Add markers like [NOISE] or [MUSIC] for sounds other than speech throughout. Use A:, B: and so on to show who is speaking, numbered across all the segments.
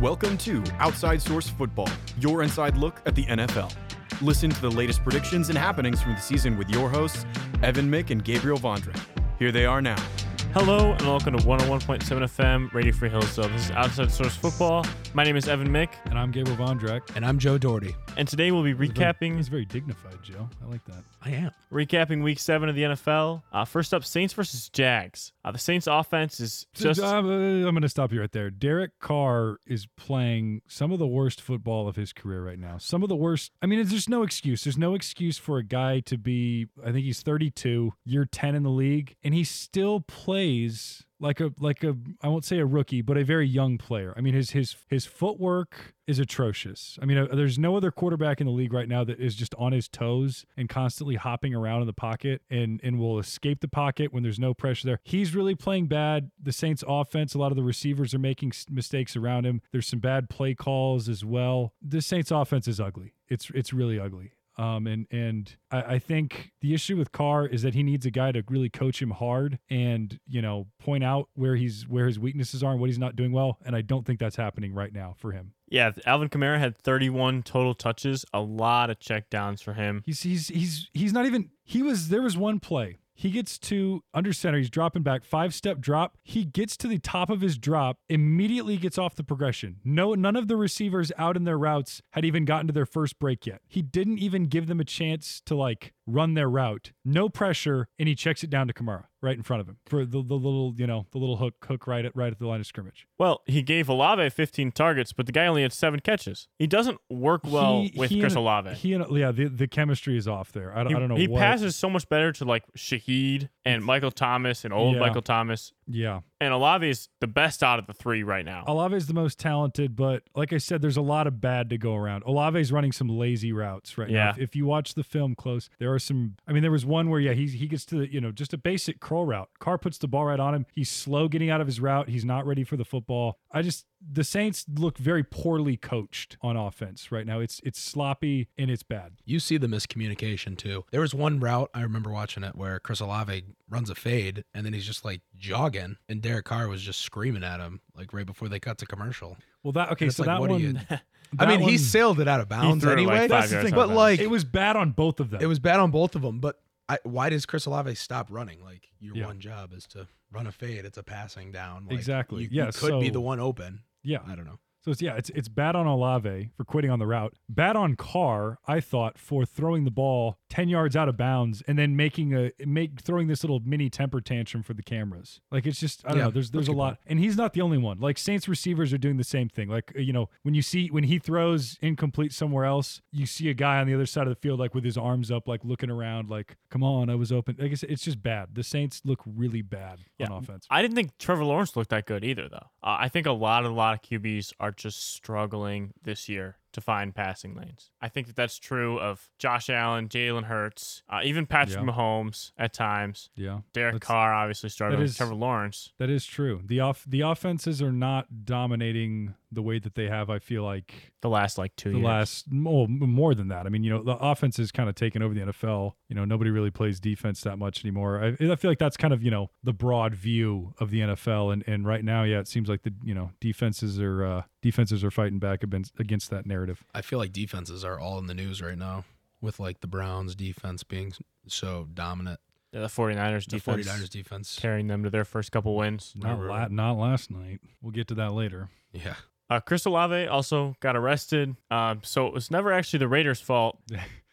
A: Welcome to Outside Source Football, your inside look at the NFL. Listen to the latest predictions and happenings from the season with your hosts, Evan Mick and Gabriel Vondra. Here they are now.
B: Hello and welcome to 101.7 FM Radio Free Hillsdale. This is Outside Source Football. My name is Evan Mick,
C: And I'm Gabriel Vondrak.
D: And I'm Joe Doherty.
B: and today we'll be
C: He's
B: recapping
C: very dignified, Joe. I like that.
D: I am.
B: recapping Week Seven of the NFL. Uh, first up, Saints versus Jags. Uh, the Saints' offense is just
C: I'm, uh, I'm going to stop you right there. Derek Carr is playing some of the worst football of his career right now. Some of the worst. I mean, there's no excuse. There's no excuse for a guy to be. I think he's 32, year 10 in the league, and he still plays like a like a I won't say a rookie, but a very young player. I mean, his his his footwork is atrocious. I mean, uh, there's no other quarterback in the league right now that is just on his toes and constantly hopping around in the pocket and and will escape the pocket when there's no pressure there. He's really playing bad. The Saints offense, a lot of the receivers are making s- mistakes around him. There's some bad play calls as well. The Saints offense is ugly. It's it's really ugly. Um, and and I, I think the issue with Carr is that he needs a guy to really coach him hard and you know point out where he's where his weaknesses are and what he's not doing well. And I don't think that's happening right now for him.
B: yeah. Alvin Kamara had 31 total touches, a lot of checkdowns for him.
C: He's he's he's he's not even he was there was one play. He gets to under center, he's dropping back, five step drop. He gets to the top of his drop, immediately gets off the progression. No none of the receivers out in their routes had even gotten to their first break yet. He didn't even give them a chance to like run their route. No pressure, and he checks it down to Kamara right in front of him for the, the little, you know, the little hook hook right at right at the line of scrimmage.
B: Well, he gave Olave 15 targets, but the guy only had seven catches. He doesn't work well
C: He-
B: with
C: he
B: Chris
C: and-
B: Olave.
C: He and yeah, the, the chemistry is off there. I don't,
B: He,
C: I don't know
B: he
C: what
B: passes so much better to like Shahid and Michael Thomas and old
C: Yeah.
B: Michael Thomas.
C: Yeah.
B: And Olave is the best out of the three right now.
C: Olave is the most talented, but like I said, there's a lot of bad to go around. Olave's running some lazy routes right
B: Yeah.
C: now. If, if you watch the film close, there are some. I mean, there was one where yeah, he he gets to the, you know just a basic curl route. Carr puts the ball right on him. He's slow getting out of his route. He's not ready for the football. I just the Saints look very poorly coached on offense right now. It's it's sloppy and it's bad.
D: You see the miscommunication too. There was one route I remember watching it where Chris Olave runs a fade and then he's just like jogging, and Derek Carr was just screaming at him like right before they cut to commercial.
C: Well, that okay.
D: And it's
C: So
D: like,
C: that
D: what
C: one. [LAUGHS]
D: do you-
C: that
D: I mean, he
C: one-
D: sailed it out of bounds
B: threw it, like,
D: anyway.
B: five
D: That's the
B: yards
D: thing.
B: out of
D: But
B: bounds.
D: [LAUGHS] like,
C: it was bad on both of them.
D: it was bad on both of them. But I, why does Chris Olave stop running? Like your
C: Yeah.
D: one job is to run a fade. It's a passing down. Like,
C: Exactly.
D: You,
C: Yeah,
D: you could be
C: so-
D: the one open.
C: yeah.
D: I don't know.
C: So it's yeah, it's it's bad on Olave for quitting on the route. Bad on Carr, I thought, for throwing the ball ten yards out of bounds and then making a make throwing this little mini temper tantrum for the cameras. Like it's just I don't
D: Yeah,
C: know. There's there's
D: that's
C: a
D: a good
C: lot, and he's not the only one. Like Saints receivers are doing the same thing. Like you know when you see when he throws incomplete somewhere else, you see a guy on the other side of the field like with his arms up, like looking around, like come on, I was open. Like I said, it's just bad. The Saints look really bad
B: Yeah.
C: on offense.
B: I didn't think Trevor Lawrence looked that good either, though. Uh, I think a lot, a lot of QBs are just struggling this year to find passing lanes. I think that that's true of Josh Allen, Jalen Hurts, uh, even Patrick
C: Yeah.
B: Mahomes at times.
C: Yeah.
B: Derek
C: That's-
B: Carr obviously struggling.
C: is-
B: Trevor Lawrence.
C: That is true. The off the offenses are not dominating the way that they have. I feel like
B: The last like two
C: the
B: years.
C: last well, m- more than that. I mean, you know, the offense is kind of taken over the NFL. You know, nobody really plays defense that much anymore. I, I feel like that's kind of you know the broad view of the NFL. And and right now, yeah, it seems like the you know defenses are uh, defenses are fighting back against against that narrative.
D: I feel like defenses are all in the news right now with like the Browns defense being so dominant.
B: Yeah, the 49ers
D: The
B: defense
D: 49ers defense.
B: carrying them to their first couple wins.
C: Not
D: Right, right,
C: la-
D: right.
C: not last night. We'll get to that later.
D: Yeah.
B: Uh, Chris Olave also got arrested. Um, so it was never actually the Raiders'
C: [LAUGHS]
B: fault.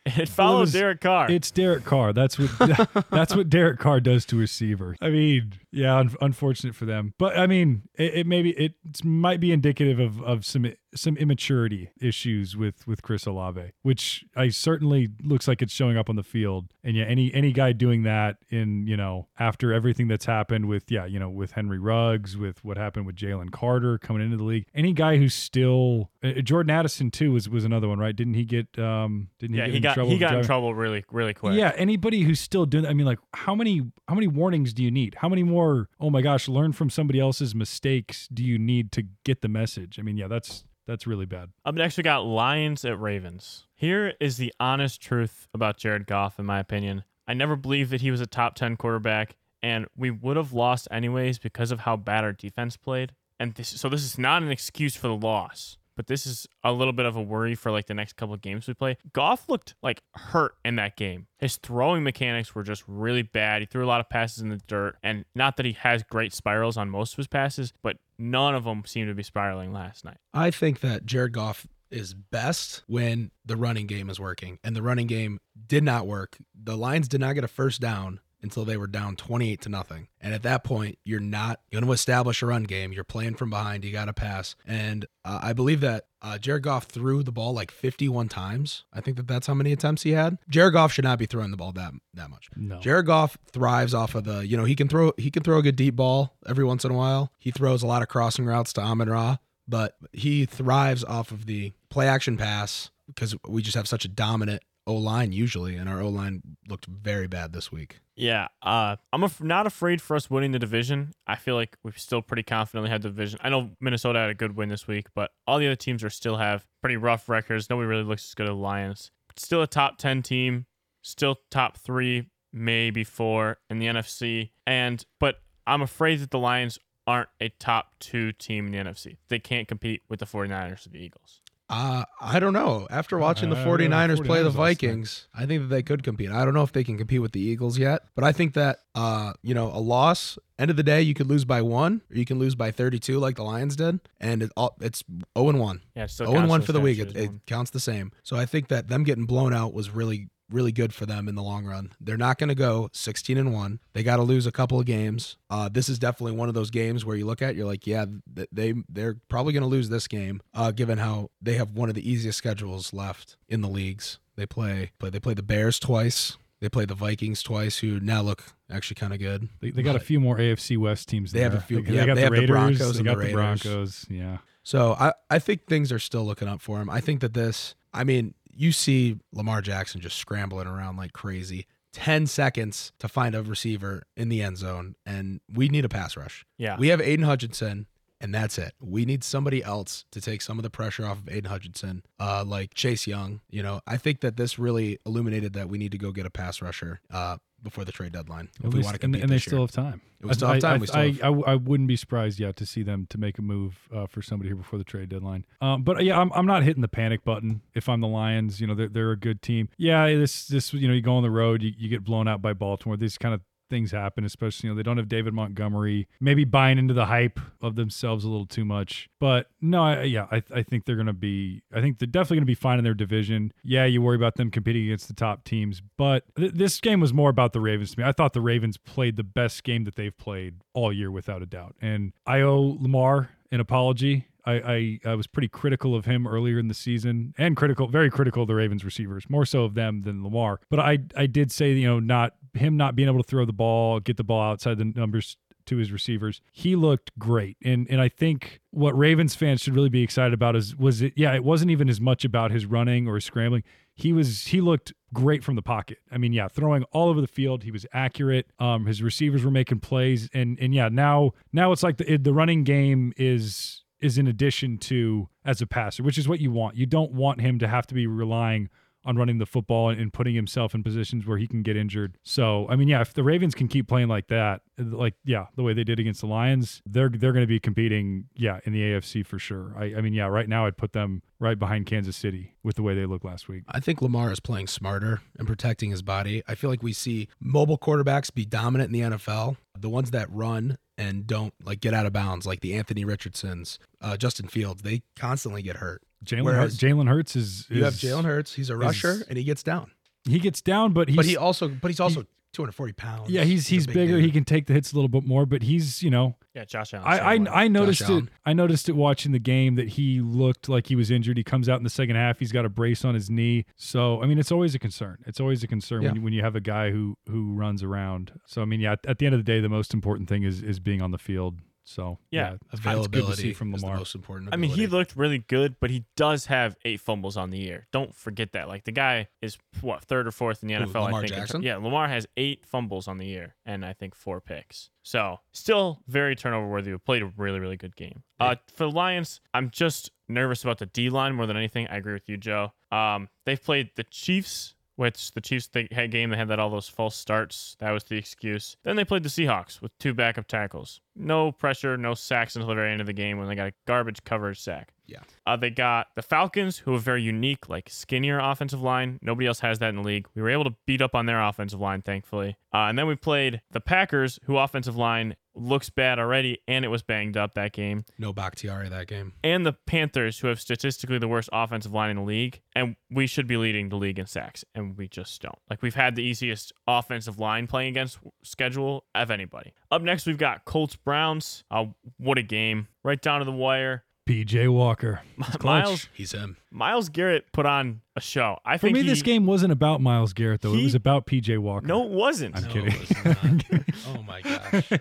B: It followed
C: was-
B: Derek Carr.
C: It's Derek Carr. That's what [LAUGHS] that's what Derek Carr does to a receiver. I mean, yeah, un- unfortunate for them, but I mean, it, it maybe it it's- might be indicative of of some some immaturity issues with with Chris Olave, which I certainly looks like it's showing up on the field. And yeah, any any guy doing that in you know after everything that's happened with yeah you know with Henry Ruggs, with what happened with Jalen Carter coming into the league, any guy who's still uh, Jordan Addison too was was another one, right? Didn't he get um didn't
B: yeah,
C: he get
B: he
C: in
B: got
C: trouble
B: he
C: for
B: got in
C: driving?
B: trouble really really quick.
C: Yeah, anybody who's still doing I mean like how many how many warnings do you need? How many more oh my gosh, learn from somebody else's mistakes do you need to get the message? I mean, yeah, that's that's really bad.
B: Up next, we got Lions at Ravens. Here is the honest truth about Jared Goff, in my opinion. I never believed that he was a top 10 quarterback, and we would have lost anyways because of how bad our defense played. And this, so this is not an excuse for the loss, but this is a little bit of a worry for like the next couple of games we play. Goff looked like hurt in that game. His throwing mechanics were just really bad. He threw a lot of passes in the dirt, and not that he has great spirals on most of his passes, but none of them seemed to be spiraling last night.
D: I think that Jared Goff is best when the running game is working, and the running game did not work. The Lions did not get a first down until they were down 28 to nothing. And at that point, you're not going to establish a run game. You're playing from behind. You got to pass. And uh, I believe that uh, Jared Goff threw the ball like 51 times. I think that that's how many attempts he had. Jared Goff should not be throwing the ball that that much.
C: No.
D: Jared Goff thrives off of the, you know, he can throw he can throw a good deep ball every once in a while. He throws a lot of crossing routes to Amon Ra, but he thrives off of the play action pass because we just have such a dominant O line usually, and our O line looked very bad this week.
B: Yeah, uh, I'm af- not afraid for us winning the division. I feel like we've still pretty confidently had the division. I know Minnesota had a good win this week, but all the other teams are still have pretty rough records. Nobody really looks as good as the Lions. Still a top ten team, still top three, maybe four in the NFC. And but I'm afraid that the Lions aren't a top two team in the NFC. They can't compete with the 49ers or the Eagles.
D: Uh, I don't know. After watching the
C: I don't know.
D: 49ers, play the
C: 49ers last night.
D: Vikings, I think that they could compete. I don't know if they can compete with the Eagles yet, but I think that, uh, you know, a loss, end of the day, you could lose by one or you can lose by 32 like the Lions did. And it all, it's 0 and 1.
B: Yeah, it's still
D: 0 and 1
B: counts
D: for the
B: as
D: week. It,
B: Patriots
D: it
B: one.
D: counts the same. So I think that them getting blown out was really, really good for them in the long run. They're not going to go 16 and 1. They got to lose a couple of games. Uh, this is definitely one of those games where you look at, you're like, yeah, th- they, they're probably going to lose this game, uh, given how they have one of the easiest schedules left in the leagues. They play, play they play the Bears twice. They play the Vikings twice, who now look actually kind of good.
C: They, they got a few more AFC West teams.
D: They
C: there.
D: have a few-
C: They,
D: yeah,
C: got
D: they
C: the
D: have the
C: Raiders.
D: Broncos
C: they
D: and
C: got
D: the
C: the,
D: Raiders.
C: Broncos. Yeah.
D: So I, I think things are still looking up for him. I think that this, I mean, you see Lamar Jackson just scrambling around like crazy. 10 seconds to find a receiver in the end zone, and we need a pass rush.
B: Yeah.
D: We have Aiden Hutchinson, and that's it. We need somebody else to take some of the pressure off of Aiden Hutchinson, uh, like Chase Young. You know, I think that this really illuminated that we need to go get a pass rusher uh, before the trade deadline if
C: At
D: we
C: least-
D: want to
C: and,
D: compete
C: and they
D: this
C: still
D: year.
C: have time.
D: We still have
C: I-
D: time.
C: I,
D: We still
C: I-
D: have-
C: I w- I wouldn't be surprised yet to see them to make a move uh, for somebody here before the trade deadline. Um, but yeah, I'm, I'm not hitting the panic button if I'm the Lions. You know, they're, they're a good team. Yeah, this this you know you go on the road, you, you get blown out by Baltimore. These kind of things happen, especially you know they don't have David Montgomery. Maybe buying into the hype of themselves a little too much. But no, I, yeah, I, I think they're gonna be. I think they're definitely gonna be fine in their division. Yeah, you worry about them competing against the top teams, but th- this game was more about the Ravens to me. I thought the Ravens played the best game that they've played all year, without a doubt. And I owe Lamar an apology. I, I, I was pretty critical of him earlier in the season and critical, very critical of the Ravens receivers, more so of them than Lamar. But I, I did say, you know, not him not being able to throw the ball, get the ball outside the numbers to his receivers. He looked great. And and I think what Ravens fans should really be excited about is was it yeah, it wasn't even as much about his running or his scrambling. He was he looked great from the pocket. I mean, yeah, throwing all over the field, he was accurate. Um his receivers were making plays and and yeah, now now it's like the the running game is is in addition to as a passer, which is what you want. You don't want him to have to be relying on running the football and, and putting himself in positions where he can get injured. So, I mean, yeah, if the Ravens can keep playing like that, like yeah, the way they did against the Lions, they're they're going to be competing, yeah, in the AFC for sure. I, I mean, yeah, right now I'd put them right behind Kansas City with the way they looked last week.
D: I think Lamar is playing smarter and protecting his body. I feel like we see mobile quarterbacks be dominant in the NFL. The ones that run and don't like get out of bounds, like the Anthony Richardsons, uh, Justin Fields, they constantly get hurt.
C: Jalen Hur-
D: Whereas
C: Jalen Hurts is,
D: You have
C: is-
D: Jalen Hurts; he's a rusher and he gets down,
C: He gets down, but he's
D: but he also, but he's also 240 pounds.
C: yeah, he's he's
D: a big
C: bigger.
D: dude.
C: He can take the hits a little bit more, but he's you know
B: Yeah, Josh
D: Oh,
B: Allen.
C: I,
B: same way.
C: I I noticed it.
D: Allen.
C: I noticed it watching the game that he looked like he was injured. He comes out in the second half. He's got a brace on his knee. So I mean, it's always a concern. It's always a concern when,
D: Yeah.
C: you, when you have a guy who who runs around. So I mean, yeah. At, at the end of the day, the most important thing is is being on the field. So
B: Yeah.
C: it's good to see
D: availability
C: from
D: is the
C: Lamar.
D: most important.
B: I mean, he
D: ability.
B: looked really good, but he does have eight fumbles on the year. Don't forget that. Like the guy is what third or fourth in the NFL. I
D: Lamar
B: think. in ter-
D: Jackson?
B: Yeah, Lamar has eight fumbles on the year, and I think four picks. So still very turnover worthy. But played a really really good game. Uh, for the Lions, I'm just nervous about the D line more than anything. I agree with you, Joe. Um, they've played the Chiefs. which the Chiefs they had game they had that all those false starts. That was the excuse. Then they played the Seahawks with two backup tackles. No pressure, no sacks until the very end of the game when they got a garbage coverage sack.
D: Yeah.
B: Uh, they got the Falcons, who are very unique, like skinnier offensive line. Nobody else has that in the league. We were able to beat up on their offensive line, thankfully. Uh, and then we played the Packers, who offensive line looks bad already, and it was banged up that game
D: No Bakhtiari that game.
B: and the Panthers, who have statistically the worst offensive line in the league, and we should be leading the league in sacks, and we just don't. Like we've had the easiest offensive line playing against schedule of anybody. Up next, we've got Colts Browns. Uh, what a game! Right down to the wire. [LAUGHS]
C: PJ Walker. clutch.
B: Miles
D: He's him.
B: Miles Garrett put on a show. I
C: For
B: think
C: me,
B: he-
C: this game wasn't about Miles Garrett though. it
B: He-
C: was about PJ Walker.
B: No, it wasn't.
C: I'm
D: No,
C: kidding.
D: it's not.
C: I'm [LAUGHS] kidding.
D: Oh my gosh.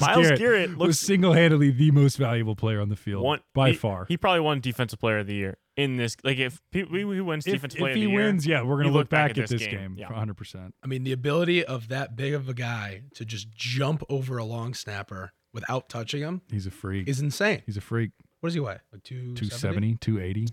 B: Miles
C: Garrett,
B: Garrett
C: was
B: looks
C: single-handedly the most valuable player on the field
B: one
C: by
B: he-
C: far.
B: He probably won Defensive Player of the Year in this. Like if he, who wins
C: if
B: Defensive
C: if
B: Player of
C: he
B: the Year,
C: wins, yeah, we're gonna
B: you
C: look, back, at this, game,
B: Yeah.
C: for 100. percent
D: I mean, the ability of that big of a guy to just jump over a long snapper without touching him
C: He's a freak.
D: is insane.
C: He's a freak.
D: What does he weigh? Like 270?
C: 270,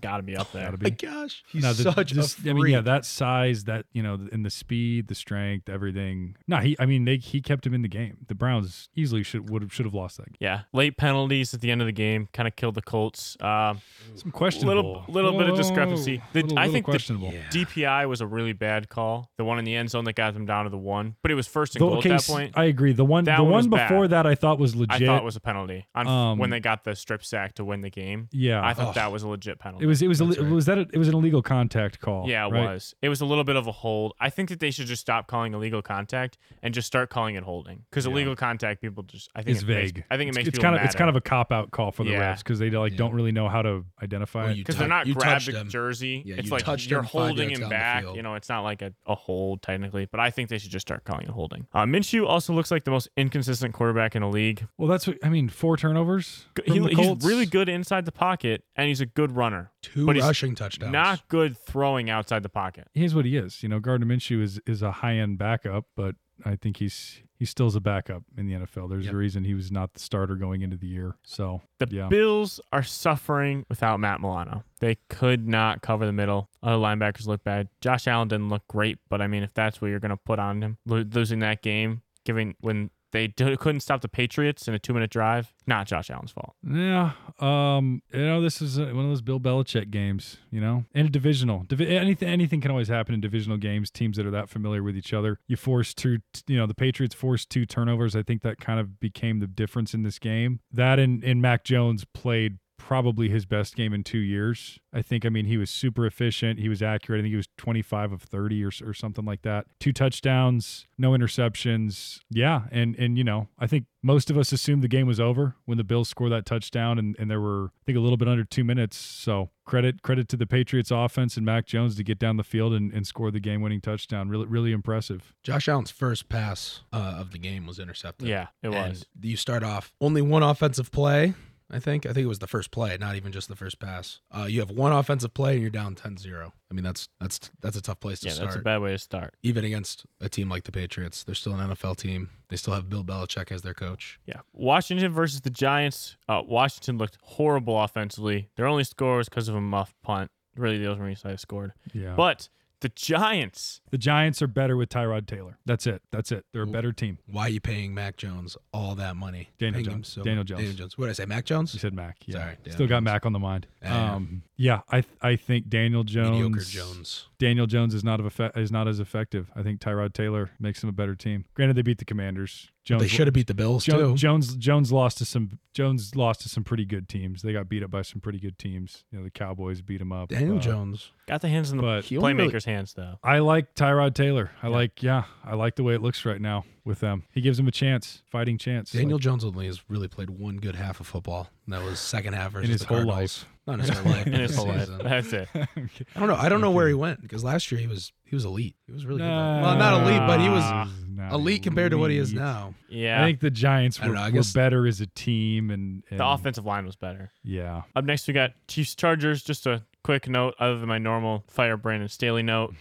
C: 280.
B: got to be up there.
C: Gotta
D: My
C: be.
D: gosh. He's
C: No, the-
D: such
C: this-
D: a freak.
C: I mean, yeah, that size, that you know, and the speed, the strength, everything. No, he. I mean, they he kept him in the game. The Browns easily should would have should have lost that game.
B: Yeah, late penalties at the end of the game kind of killed the Colts. Um,
C: Some questionable,
B: little bit of discrepancy.
C: Whoa,
B: The-
C: little,
B: I
C: little
B: think the-
C: questionable.
D: Yeah.
B: DPI was a really bad call, the one in the end zone that got them down to the one, but it was first and
C: The-
B: goal
C: okay,
B: at
C: s-
B: that point. I,
C: I agree. The one,
B: That
C: the
B: one was
C: one
B: bad.
C: before that, I thought was legit.
B: thought it was a penalty on
C: Um,
B: when they got the strip sack to win the game.
C: yeah,
B: I thought
D: Ugh.
B: that was a legit penalty.
C: it was. It was. A,
D: That's right.
C: Was that? A, it was an illegal contact call.
B: yeah, it
C: right?
B: was. It was a little bit of a hold. I think that they should just stop calling illegal contact and just start calling it holding because illegal contact people just I think
C: It's
B: it makes-
C: vague.
B: I think it
C: It's-
B: makes
C: it's
B: people
C: kind
B: mad
C: of it's
B: at
C: kind
B: it.
C: of a cop out call for the
B: Yeah.
C: refs because they like
D: Yeah.
C: don't really know how to identify.
D: Well,
C: it.
D: you
B: because they're
D: tou-
B: not
D: you touched
B: grabbing
D: him.
B: jersey.
D: Yeah,
B: it's
D: you
B: like
D: touched
B: you're
D: him five
B: holding
D: yards
B: him
D: down the
B: back.
D: field.
B: You know, it's not like a, a hold technically, but I think they should just start calling it holding. Uh, Minshew also looks like the most inconsistent quarterback in the league.
C: well, that's what I mean. Four turnovers.
B: G-
C: from
B: he-
C: the
B: he's
C: Colts.
B: really good inside the pocket, and he's a good runner.
D: Two
B: but he's
D: rushing touchdowns.
B: Not good throwing outside the pocket.
C: here's what he is. You know, Gardner Minshew is is a high end backup, but I think he's he still's a backup in the NFL. There's
D: Yep.
C: a reason he was not the starter going into the year. So
B: The
C: yeah,
B: Bills are suffering without Matt Milano. They could not cover the middle. Other linebackers look bad. Josh Allen didn't look great, but I mean, if that's what you're going to put on him, lo- losing that game, giving when they d- couldn't stop the Patriots in a two minute drive, not Josh Allen's fault.
C: yeah. Um, you know, this is uh one of those Bill Belichick games. You know, and a divisional. Divi- anything anything can always happen in divisional games. Teams that are that familiar with each other, you force two. t- You know, the Patriots forced two turnovers. I think that kind of became the difference in this game. That and and Mac Jones played probably his best game in two years. I think, I mean, he was super efficient. He was accurate. I think he was 25 of 30 or, or something like that. Two touchdowns, no interceptions. Yeah. And, and, you know, I think most of us assumed the game was over when the Bills scored that touchdown and, and there were, I think, a little bit under two minutes. So credit, credit to the Patriots offense and Mac Jones to get down the field and, and score the game winning touchdown. Really, really impressive.
D: Josh Allen's first pass uh, of the game was intercepted.
B: Yeah, it
D: And
B: was.
D: You start off only one offensive play. I think. I think it was the first play, not even just the first pass. Uh, you have one offensive play and you're down 10-0. I mean, that's that's that's a tough place to
B: Yeah,
D: start.
B: that's a bad way to start.
D: even against a team like the Patriots, they're still an NFL team. They still have Bill Belichick as their coach.
B: Yeah. Washington versus the Giants. Uh, Washington looked horrible offensively. Their only score was because of a muff punt. Really, the only reason they scored.
C: Yeah.
B: But the Giants,
C: the Giants are better with Tyrod Taylor. That's it. That's it. They're a better team.
D: Why are you paying Mac Jones all that money?
C: Daniel
D: Paying him
C: Jones. Daniel Jones.
D: Daniel Jones. What did I say? Mac
C: You
D: Jones?
C: said Mac. Yeah.
D: Sorry, Daniel
C: Still got
D: Jones.
C: Mac on the mind.
D: Yeah.
C: Um, yeah, I th- I think Daniel Jones,
D: Mediocre Jones.
C: Daniel Jones is not of effect, is not as effective. I think Tyrod Taylor makes him a better team. Granted, they beat the Commanders. Jones
D: They should have beat the Bills
C: Jo-
D: too.
C: Jones Jones lost to some Jones lost to some pretty good teams. They got beat up by some pretty good teams. You know, the Cowboys beat him up.
D: Daniel
C: Uh,
D: Jones.
B: got the hands in the
C: But-
D: He only really-
B: playmakers' hands, though.
C: I like Tyrod Taylor. I like yeah, I like the way it looks right now with them. He gives them a chance, fighting chance. [LAUGHS]
D: Daniel Jones only has really played one good half of football, and that was second half versus
C: his
D: the
C: whole
D: Cardinals.
C: [LAUGHS]
D: Not in his whole
B: [LAUGHS]
D: life.
B: In his whole life.
D: season.
B: That's it.
C: Like,
D: I don't know. I don't know where he went because last year he was he was elite. He was really good.
C: Nah.
D: well, not elite, but he was
B: Ah,
C: Not
D: elite compared to what he is
C: elite.
D: now.
B: Yeah.
C: I think the Giants
D: I
C: were,
D: don't know, I
C: were
D: guess-
C: better as a team, and, and
B: the offensive line was better.
C: Yeah,
B: Up next, we got Chiefs Chargers. Just a quick note, other than my normal fire Brandon Staley note.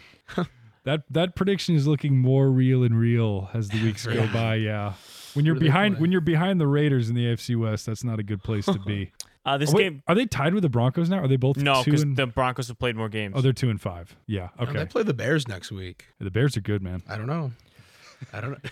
C: that that prediction is looking more real and real as the weeks go
D: Really?
C: by. Yeah, when you're
D: Who do they
C: behind
D: play?
C: when you're behind the Raiders in the AFC West, that's not a good place to be.
B: Uh, [LAUGHS] this
C: Oh, wait,
B: game,
C: are they tied with the Broncos now? Are they both
B: no,
C: two
B: because
C: and
B: the Broncos have played more games.
C: oh they're two and five? Yeah,
D: No,
C: okay.
D: They play the Bears next week.
C: the Bears are good, man.
D: I don't know. I don't know.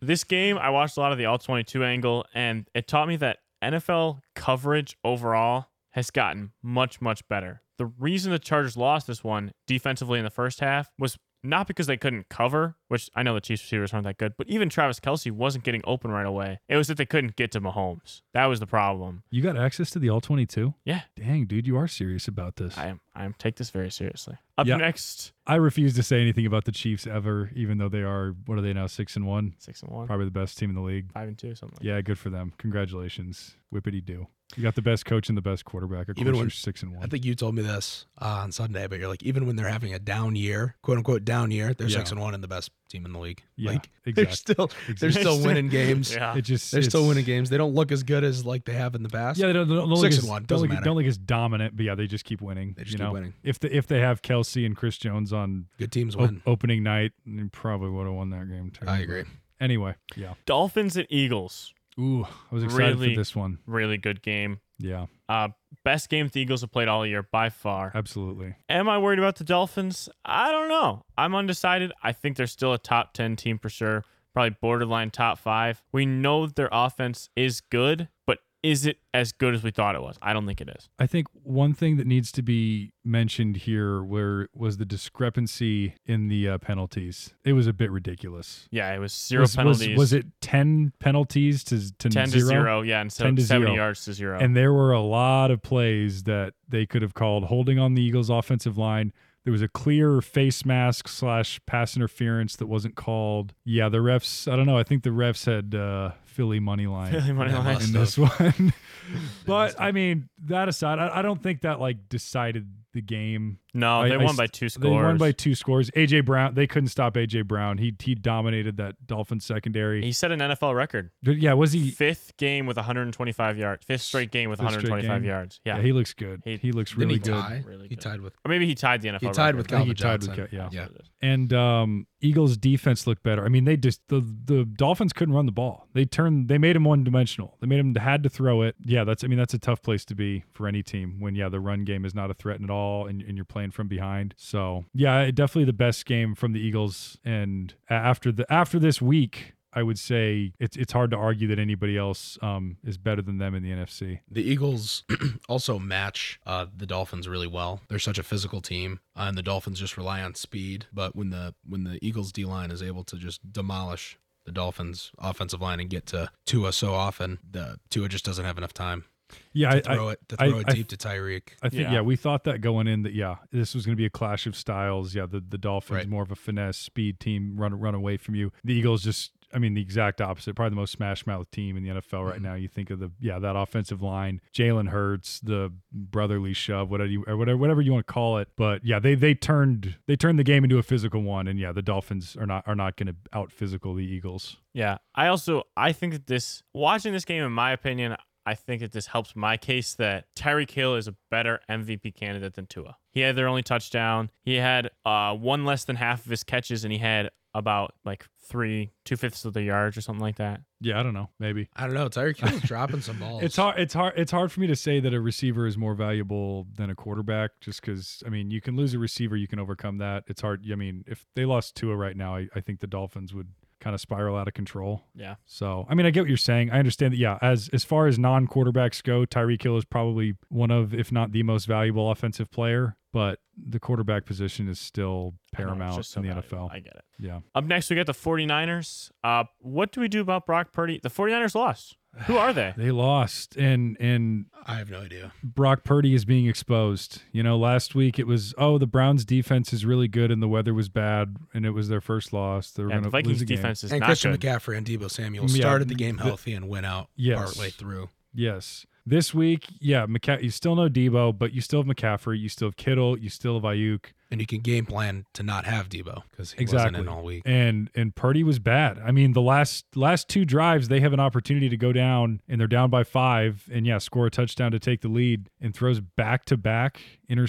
B: this game, I watched a lot of the all 22 angle, and it taught me that NFL coverage overall has gotten much, much better. The reason the Chargers lost this one defensively in the first half was not because they couldn't cover, which I know the Chiefs receivers aren't that good, but even Travis Kelsey wasn't getting open right away. It was that they couldn't get to Mahomes. That was the problem.
C: You got access to the all twenty two?
B: Yeah.
C: Dang, dude, you are serious about this.
B: I am, I am take this very seriously. Up
C: Yeah.
B: next,
C: I refuse to say anything about the Chiefs ever, even though they are what are they now six and one,
B: six and one,
C: probably the best team in the league.
B: five and two, something. Like
C: Yeah, good for them. Congratulations, whippity do. You got the best coach and the best quarterback. Of
D: Even
C: course,
D: when-
C: you're six and one.
D: I think you told me this uh, on Sunday, but you're like, even when they're having a down year, quote unquote down year, they're
C: Yeah.
D: six and one and the best team in the league.
C: yeah, [LAUGHS]
D: Like they're
C: exactly.
D: still they're
C: exactly.
D: still
B: [LAUGHS]
D: winning games.
B: that. Yeah.
C: It just
D: They're still
C: it's-
D: winning games. They don't look as good as like they have in the past.
C: Yeah, they don't, they don't look
D: Six
C: as,
D: and one,
C: Don't
D: doesn't
C: look,
D: matter.
C: don't look as dominant, but yeah, they just keep winning.
D: They just
C: you
D: keep
C: know?
D: winning.
C: If the, if they have Kelsey and Chris Jones on
D: Good teams
C: o-
D: win.
C: opening night, they probably would have won that game too.
D: I
C: [LAUGHS]
D: agree.
C: Anyway, yeah.
B: Dolphins and Eagles,
C: Ooh, I was excited
B: Really?
C: for this one.
B: really good game.
C: Yeah,
B: Uh, best game the Eagles have played all year by far.
C: absolutely.
B: Am I worried about the Dolphins? I don't know. I'm undecided. I think they're still a top 10 team for sure, probably borderline top five. We know their offense is good, but is it as good as we thought it was? I don't think it is.
C: I think one thing that needs to be mentioned here where was the discrepancy in the uh, penalties. It was a bit ridiculous.
B: Yeah, it was zero
C: was, was-
B: penalties.
C: Was, it 10 penalties to, to
B: 10
C: zero?
B: to zero? Yeah, and
C: 10
B: so
C: to
B: 70
C: zero.
B: yards to zero.
C: And there were a lot of plays that they could have called holding on the Eagles' offensive line. There was a clear face mask slash pass interference that wasn't called. Yeah, the refs, I don't know. I think the refs had uh, Philly money line.
B: Really money
D: Yeah,
B: line.
D: must-
C: in this one. [LAUGHS] but I mean, that aside, I, I don't think that like decided the game.
B: No,
C: I-
B: they
C: I
B: won
C: st-
B: by two scores.
C: They won by two scores. AJ Brown, they couldn't stop AJ Brown. He he dominated that Dolphins secondary.
B: He set an NFL record.
C: Dude, yeah, was he?
B: Fifth game with 125 yards. Fifth straight game with
C: Fifth straight
B: 125
C: game.
B: yards. Yeah.
C: Yeah, he looks good.
B: He-
C: He, looks
D: Didn't
C: really
D: he
C: good.
D: tie?
B: Really
D: he
B: good.
D: tied with
B: or maybe he tied the NFL
D: he tied with
B: record.
C: I think
D: Calvin
C: he tied with
D: Johnson.
C: Cal- yeah.
B: That's
D: yeah.
B: what it is.
C: And um, Eagles defense looked better. I mean, they just the the Dolphins couldn't run the ball. They turned they made him one dimensional. They made him had to throw it. Yeah, that's I mean that's a tough place to be for any team when yeah the run game is not a threat at all and, and you're playing from behind. So yeah, definitely the best game from the Eagles. And a- after the after this week. I would say it's it's hard to argue that anybody else um, is better than them in the NFC.
D: The Eagles [CLEARS THROAT] also match uh, the Dolphins really well. They're such a physical team, uh, and the Dolphins just rely on speed. But when the when the Eagles D line is able to just demolish the Dolphins offensive line and get to Tua so often, the Tua just doesn't have enough time
C: Yeah,
D: to
C: I- I,
D: throw it to
C: I-
D: throw it
C: I-
D: deep to Tyreek.
C: I think
B: Yeah.
C: yeah. we thought that going in that yeah, this was going to be a clash of styles. Yeah, the the Dolphins
D: Right.
C: more of a finesse, speed team, run run away from you. The Eagles just I mean the exact opposite, probably the most smash mouth team in the NFL right now. You think of the yeah that offensive line, Jalen Hurts, the brotherly shove, whatever you, or whatever whatever you want to call it. But yeah, they they turned they turned the game into a physical one, and yeah, the Dolphins are not are not going to out physical the Eagles.
B: Yeah. I also I think that this watching this game in my opinion, I think that this helps my case that Tyreek Hill is a better MVP candidate than Tua. He had their only touchdown. He had uh one less than half of his catches and he had about like three two fifths of the yards or something like that.
C: Yeah, I don't know, maybe.
D: I don't know.
C: [LAUGHS]
D: Tyreek Hill's dropping some balls.
C: It's hard. It's hard. It's hard for me to say that a receiver is more valuable than a quarterback, just because I mean you can lose a receiver, you can overcome that. It's hard. I mean, if they lost Tua right now, I, I think the Dolphins would kind of spiral out of control.
B: Yeah.
C: So I mean, I get what you're saying. I understand that. Yeah. As as far as non quarterbacks go, Tyreek Hill is probably one of, if not the most valuable offensive player. But the quarterback position is still
B: I know, it's
C: paramount
B: just so
C: in the
B: valuable.
C: NFL.
B: I get it.
C: yeah.
B: Up next we got the 49ers. Uh what do we do about Brock Purdy? The 49ers lost. Who are they?
C: They lost, and and
D: I have no idea.
C: Brock Purdy is being exposed. You know, last week it was, oh, the Browns defense is really good and the weather was bad and it was their first loss. They were
B: Yeah, the
C: going to lose
B: Vikings
C: the game.
B: defense is
D: and
B: not
D: Christian
B: good.
D: McCaffrey and Debo Samuel
C: Yeah,
D: started the game
C: the-
D: healthy and went out
C: Yes.
D: partway through.
C: Yes. This week, yeah, McCa- you still know Debo, but you still have McCaffrey, you still have Kittle, you still have Ayuk.
D: And you can game plan to not have Debo because he wasn't in all week.
C: And and Purdy was bad. I mean, the last last two drives they have an opportunity to go down and they're down by 5 and yeah, score a touchdown to take the lead and throws back-to-back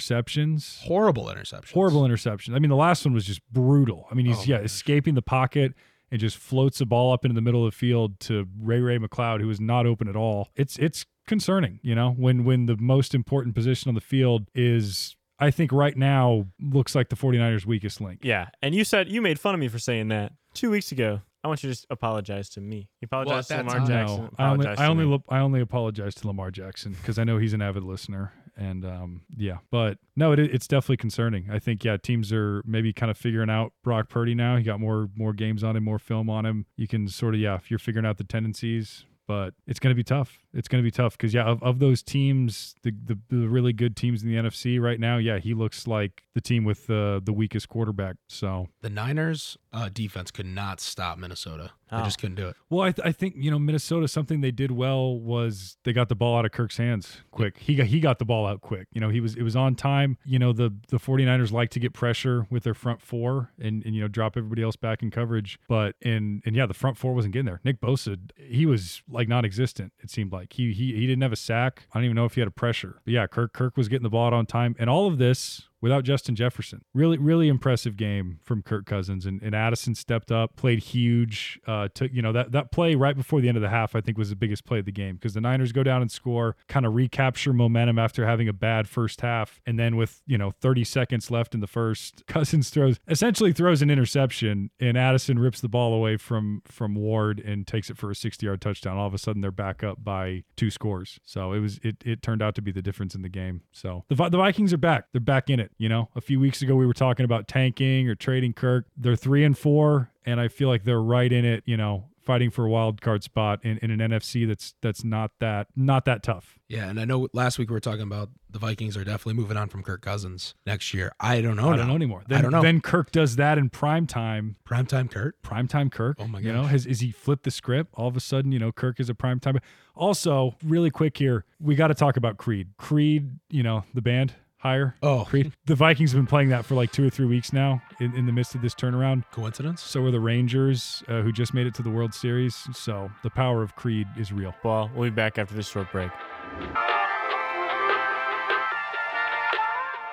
C: interceptions.
D: Horrible interception.
C: Horrible interception. I mean, the last one was just brutal. I mean, he's
D: Oh,
C: yeah
D: my gosh.
C: escaping the pocket and just floats the ball up into the middle of the field to Ray Ray McLeod, who is not open at all. It's it's concerning, you know, when when the most important position on the field is I think right now looks like the 49ers weakest link.
B: Yeah, and you said you made fun of me for saying that two weeks ago. I want you to just apologize to me. You apologize
D: at
B: to
D: that
B: Lamar
D: time-
B: Jackson.
C: No, I only
B: apologize
C: I
B: to
C: only,
B: me.
C: lo- I only apologize to Lamar Jackson because I know he's an avid listener, and um, yeah, but no, it, it's definitely concerning. I think yeah, teams are maybe kind of figuring out Brock Purdy now. He got more more games on him, more film on him. You can sort of yeah, if you're figuring out the tendencies. But it's going to be tough. It's going to be tough because yeah, of, of those teams, the, the the really good teams in the NFC right now, yeah, he looks like the team with the the weakest quarterback. So
D: The Niners uh, defense could not stop Minnesota. They
B: Oh.
D: just couldn't do it.
C: Well, I, th- I think you know Minnesota. Something they did well was they got the ball out of Kirk's hands quick. He got he got the ball out quick. You know he was it was on time. You know the the 49ers like to get pressure with their front four and, and you know drop everybody else back in coverage. But and and yeah, the front four wasn't getting there. Nick Bosa he was like non-existent. It seemed like he he he didn't have a sack. I don't even know if he had a pressure. But yeah, Kirk Kirk was getting the ball out on time, and all of this without Justin Jefferson. Really, really impressive game from Kirk Cousins. And, and Addison stepped up, played huge. Uh, took you know that that play right before the end of the half, I think was the biggest play of the game because the Niners go down and score, kind of recapture momentum after having a bad first half, and then with you know 30 seconds left in the first, [LAUGHS] Cousins throws essentially throws an interception, and Addison rips the ball away from from Ward and takes it for a 60 yard touchdown. All of a sudden they're back up by two scores. So it was it it turned out to be the difference in the game. So the Vi- the Vikings are back. They're back in it. You know, a few weeks ago we were talking about tanking or trading Kirk. They're three and four, and I feel like they're right in it. You know, fighting for a wild card spot in, in an NFC that's that's not that not that tough.
D: Yeah, and I know last week we were talking about the Vikings are definitely moving on from Kirk Cousins next year. Oh, I don't know.
C: I don't
D: now.
C: know anymore. Then,
D: don't know.
C: Then Kirk does that in prime time.
D: Primetime Kurt.
C: primetime Kirk.
D: Oh my
C: You know, has is he flipped the script? All of a sudden, you know, Kirk is a primetime. Also, really quick here, we got to talk about Creed. Creed, you know, the band higher.
D: Oh,
C: Creed. The Vikings have been playing that for like two or three weeks now in, in the midst of this turnaround.
D: [LAUGHS] coincidence?
C: So are the Rangers, uh, who just made it to the World Series. So the power of Creed is real.
B: Well, we'll be back after this short break.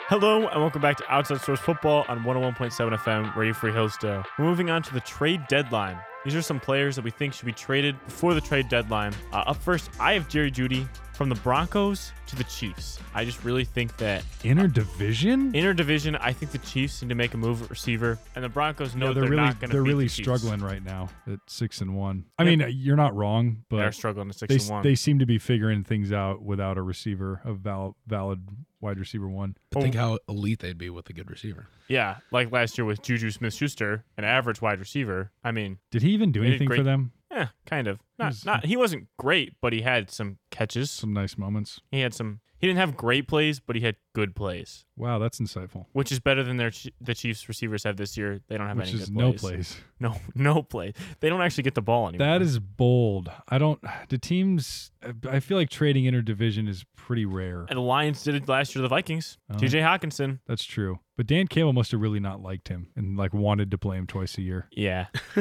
B: Hello and welcome back to Outside Source Football on 101.7 FM, Radio Free Hillsdale. We're moving on to the trade deadline. These are some players that we think should be traded before the trade deadline. Uh, up first, I have Jerry Judy from the Broncos to the Chiefs. I just really think that
C: Inner division.
B: inner division, I think the Chiefs need to make a move at receiver, and the Broncos know
C: Yeah,
B: they're,
C: they're, really
B: not going to.
C: they're
B: beat
C: really
B: the Chiefs.
C: struggling right now at six and one. I
B: Yeah.
C: mean, uh, you're not wrong, but
B: They're struggling at six
C: they,
B: and one.
C: they seem to be figuring things out without a receiver, a val- valid wide receiver one.
B: Oh.
D: But think how elite they'd be with a good receiver.
B: Yeah, like last year with Juju Smith-Schuster, an average wide receiver. I mean,
C: Did he even do
B: They did
C: anything for
B: great.
C: them?
B: yeah, kind of. Not
C: He's-
B: not he wasn't great, but he had some catches.
C: Some nice moments.
B: He had some. He didn't have great plays, but he had good plays,
C: Wow, that's insightful.
B: which is better than their Ch- the Chiefs receivers have this year. They don't have
C: Which
B: any
C: is
B: good
C: no
B: plays.
C: plays.
B: [LAUGHS] No, no play. They don't actually get the ball anymore.
C: That is bold. I don't. The teams. I- I feel like trading interdivision is pretty rare.
B: And the Lions did it last year to the Vikings.
C: Oh.
B: T.J. Hawkinson.
C: That's true. But Dan Campbell must have really not liked him and like wanted to play him twice a year.
B: Yeah, [LAUGHS]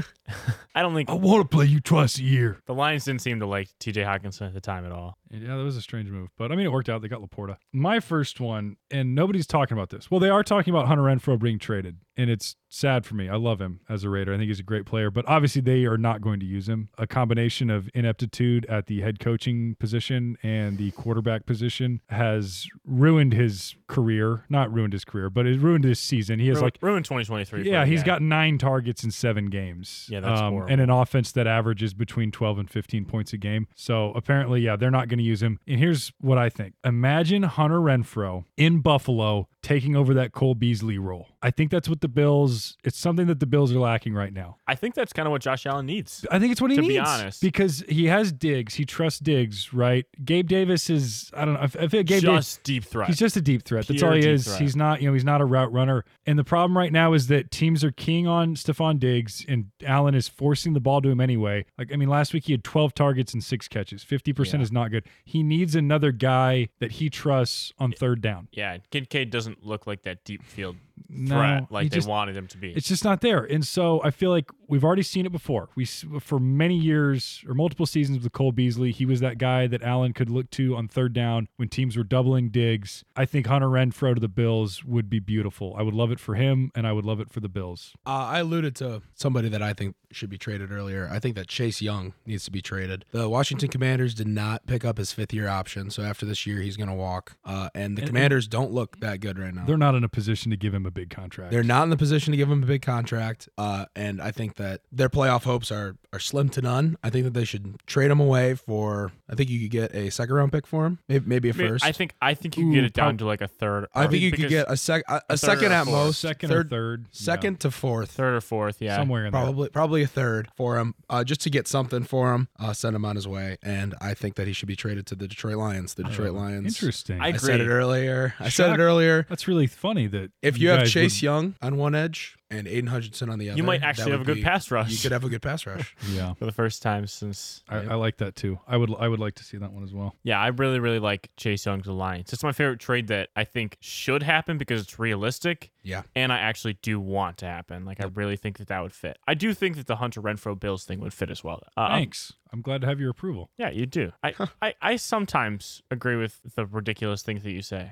B: I don't think
C: I want to play you twice a year.
B: the Lions didn't seem to like T.J. Hawkinson at the time at all.
C: Yeah, that was a strange move, but I mean, it worked out. They got Laporta. My first one, and nobody's talking about this. Well, they are talking about Hunter Renfro being traded, and it's sad for me. I love him as a Raider. I think he's a great player, but obviously they are not going to use him. A combination of ineptitude at the head coaching position and the quarterback position has ruined his career. Not ruined his career, but it ruined his season. He has
B: Ruin-
C: like
B: ruined 2023.
C: yeah,
B: he's
C: he's got nine targets in seven games. um,
B: Yeah, that's horrible.
C: And an offense that averages between 12 and 15 points a game. So apparently, yeah, they're not going to use him. And here's what I think Imagine Hunter Renfro in Buffalo taking over that Cole Beasley role. I think that's what the Bills, it's something that the Bills are lacking right now.
B: I think that's kind of what Josh Allen needs.
C: I think it's what he
B: To be
C: needs.
B: honest.
C: Because he has Diggs. He trusts Diggs, right? Gabe Davis is, I don't know. I feel like Gabe Davis.
B: Just deep threat.
C: He's just a deep threat. That's
B: Pure
C: all he
B: deep
C: is.
B: threat.
C: He's not, you know, he's not a route runner. And the problem right now is that teams are keying on Stephon Diggs and Allen is forcing the ball to him anyway. Like, I mean, last week he had 12 targets and six catches. 50%
B: Yeah.
C: is not good. He needs another guy that he trusts on third down.
B: Yeah, Kincaid doesn't look like that deep field
C: no,
B: threat
C: he
B: like they
C: just-
B: wanted him to be.
C: It's just not there. And so I feel like we've already seen it before. We s- for many years or multiple seasons with Cole Beasley, he was that guy that Allen could look to on third down when teams were doubling digs. I think Hunter Renfro to the Bills would be beautiful. I would love it for him and I would love it for the Bills.
D: Uh, I alluded to somebody that I think should be traded earlier. I think that Chase Young needs to be traded. The Washington Commanders did not pick up his fifth year option, so after this year, he's going to walk. Uh, and the
C: And-
D: Commanders don't look that good right now.
C: They're not in a position to give him a big contract.
D: They're not in the position to give him a big contract, uh, and I think that their playoff hopes are are slim to none. I think that they should trade him away for. I think you could get a second round pick for him, maybe, maybe a
B: I mean,
D: first.
B: I think I think you can get
C: Ooh,
B: it down
C: prob-
B: to like a third.
D: I
B: or-
D: think you could
B: because
D: get a sec a, a
B: third
D: second
B: or
D: at
B: fourth.
D: most,
C: second
D: third,
C: or third. yeah.
D: second to fourth.
B: third or fourth. Yeah,
C: Somewhere in there.
D: Probably, probably a third for him, uh, just to get something for him. Uh, send him on his way, and I think that he should be traded to the Detroit Lions. The Detroit Lions.
C: Oh, Interesting.
B: I-
D: I said it
B: Agreed.
D: earlier. I said
C: Shock.
D: it earlier.
C: That's really funny that
D: If you, have
C: guys
D: Chase Young on one edge and Aiden Hutchinson on the other,
B: you might
D: that
B: actually have a
D: would
B: good
D: be-
B: pass rush
D: You could have a good
B: [LAUGHS]
D: pass rush.
C: would- yeah.
B: for the first time since.
C: I,
D: Yep.
C: I like that too. I would I would like to see that one as well.
B: Yeah, I really, really like Chase Young's alliance. It's my favorite trade that I think should happen because it's realistic.
D: Yeah.
B: And I actually do want to happen. Like, I really think that that would fit. I do think that the Hunter Renfro Bills thing would fit as well. Uh, I'm-
C: Thanks. I'm glad to have your approval.
B: Yeah, you do. I, I, I sometimes agree with the ridiculous things that you
C: [LAUGHS]
B: say.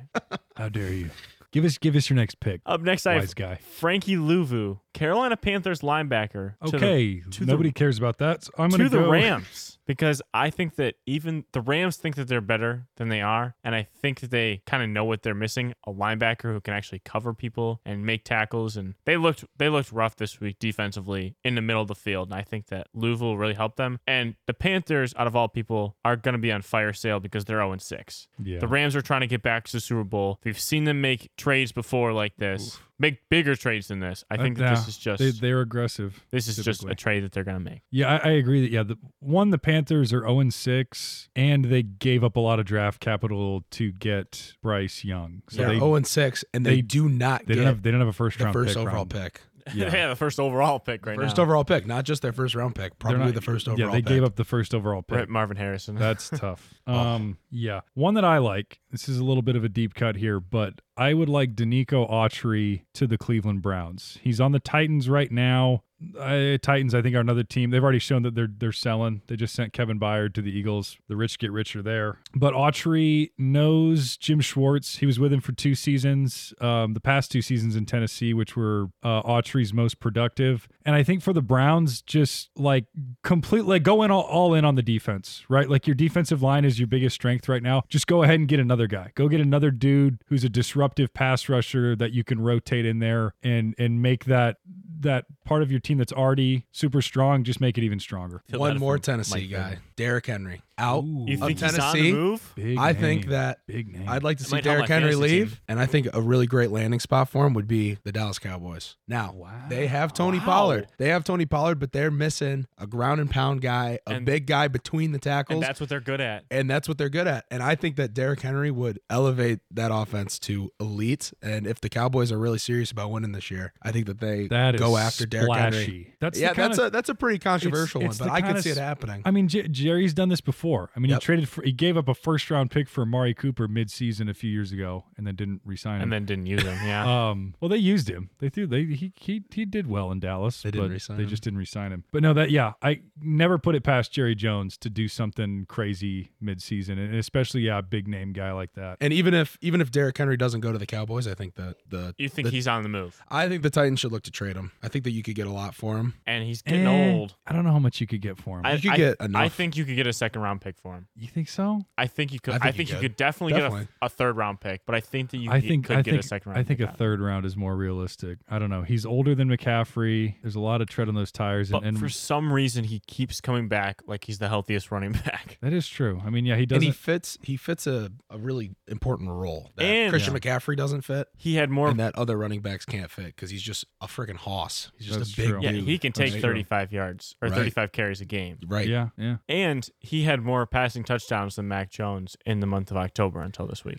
C: How dare you? Give us give us your next pick.
B: Up next, I
C: Wise
B: have
C: guy.
B: Frankie Louvu, Carolina Panthers linebacker. to the-
C: Okay,
B: to the-
C: nobody cares about that. So I'm going
B: to the
C: go.
B: Rams [LAUGHS] because I think that even the Rams think that they're better than they are, and I think that they kind of know what they're missing: a linebacker who can actually cover people and make tackles. And they looked they looked rough this week defensively in the middle of the field, and I think that Louisville will really help them. And the Panthers, out of all people, are going to be on fire sale because they're 0 six.
C: Yeah.
B: The Rams are trying to get back to the Super Bowl. We've seen them make trades before like this, make bigger trades than this. I think that
C: Yeah,
B: this is just
C: Uh, They, they're aggressive.
B: this is just
C: typically.
B: a trade that they're going to make.
C: Yeah, I, I agree that. Yeah, the, one the Panthers are 0 and 6, and they gave up a lot of draft capital to get Bryce Young. So
D: They're
C: they,
D: zero and six, and they,
C: they-
D: do not
C: they
D: get
C: don't have they don't have a first
D: oh, the
C: round
D: first
C: pick
D: overall
C: round.
D: pick.
C: Yeah.
B: [LAUGHS] Yeah. the first overall pick right
D: First
B: now.
D: overall pick, not just their first round pick.
C: They're
D: Probably
C: not-
D: the first
C: Yeah,
D: overall.
C: they
D: pick.
C: gave up the first overall pick.
B: Rip Marvin Harrison. [LAUGHS]
C: That's tough.
D: Oh.
C: Um, yeah. One that I like. This is a little bit of a deep cut here, but I would like Danico Autry to the Cleveland Browns. He's on the Titans right now. I, Titans, I think, are another team. They've already shown that they're they're selling. They just sent Kevin Byard to the Eagles. The rich get richer there. But Autry knows Jim Schwartz. He was with him for two seasons, um, the past two seasons in Tennessee, which were uh, Autry's most productive. And I think for the Browns, just like completely like go in all, all in on the defense, right? Like your defensive line is your biggest strength right now. Just go ahead and get another guy. Go get another dude who's a disruptive pass rusher that you can rotate in there and and make that that part of your team that's already super strong just make it even stronger.
B: Feel
D: one
B: bad
D: more
B: for
D: Tennessee
B: Mike
D: guy,
B: Vrabel.
D: Derrick Henry, out.
B: You
D: Of
B: think he's on
D: Tennessee?
B: the move?
C: Big
D: I think
C: name.
D: that
C: big name.
D: I'd like to
B: It
D: see
B: might help
D: Derrick
B: my
D: Henry
B: fantasy
D: leave,
B: team.
D: and I think a really great landing spot for him would be the Dallas Cowboys. Now
C: Wow.
D: they have Tony
B: Wow.
D: Pollard. They have Tony Pollard, but they're missing a ground and pound guy, a
B: And-
D: big guy between the tackles,
B: And that's what they're good at.
D: and that's what they're good at. And I think that Derrick Henry would elevate that offense to elite. And if the Cowboys are really serious about winning this year, I think that they
C: that is
D: go after
C: splashy.
D: Derrick Henry.
C: That's
D: yeah,
C: the kind
D: that's
C: of,
D: a that's a pretty controversial
C: it's
D: one,
C: the
D: but I
C: kinda
D: could see it
C: s-
D: happening.
C: I mean, J- Jerry's done this before. I mean,
D: Yep.
C: he traded for, he gave up a first round pick for Amari Cooper midseason a few years ago and then didn't resign him.
B: And then didn't use him. Yeah.
C: Um, well, they used him. They threw. They he he, he did well in Dallas.
D: They didn't
C: but
D: re-sign
C: They
D: him.
C: just didn't resign him. But no, that yeah, I never put it past Jerry Jones to do something crazy midseason, and especially yeah, a big name guy like that.
D: And even if even if Derrick Henry doesn't go to the Cowboys, I think that the
B: you think
D: the-
B: he's on the move.
D: I think the Titans should look to trade him. I think that you could get a lot for him.
B: And he's getting
C: Eh,
B: old.
C: I don't know how much you could get for him.
B: I,
D: You could
B: I-
D: get
B: I
D: enough.
B: think you could get a second round pick for him.
C: you think so?
B: I think you could.
D: I
B: I
D: think
B: think,
D: you
B: you
D: could.
B: could definitely
D: Definitely.
B: get a, a third round pick, but I think that you
C: I
B: could-
C: think
B: could
C: I
B: get
C: think
B: a second round.
C: I think
B: pick
C: a
B: out of it.
C: third round is more realistic. I don't know. He's older than McCaffrey. There's a lot of tread on those tires, and,
B: But
C: and
B: for some reason, he keeps coming back like he's the healthiest running [LAUGHS] back.
C: that is true. I mean, yeah, he
D: And
C: doesn't.
D: he fits he fits a, a really important role that
B: And-
D: Christian McCaffrey doesn't fit.
B: He had more.
D: And that other running backs can't fit because he's just a freaking hoss. He's just
C: That's
D: a big
C: true.
B: yeah,
D: dude.
B: he can take
C: That's true.
B: 35 yards or
D: Right.
B: 35 carries a game.
D: Right.
C: yeah, yeah. [LAUGHS]
B: And he had more passing touchdowns than Mac Jones in the month of October until this week.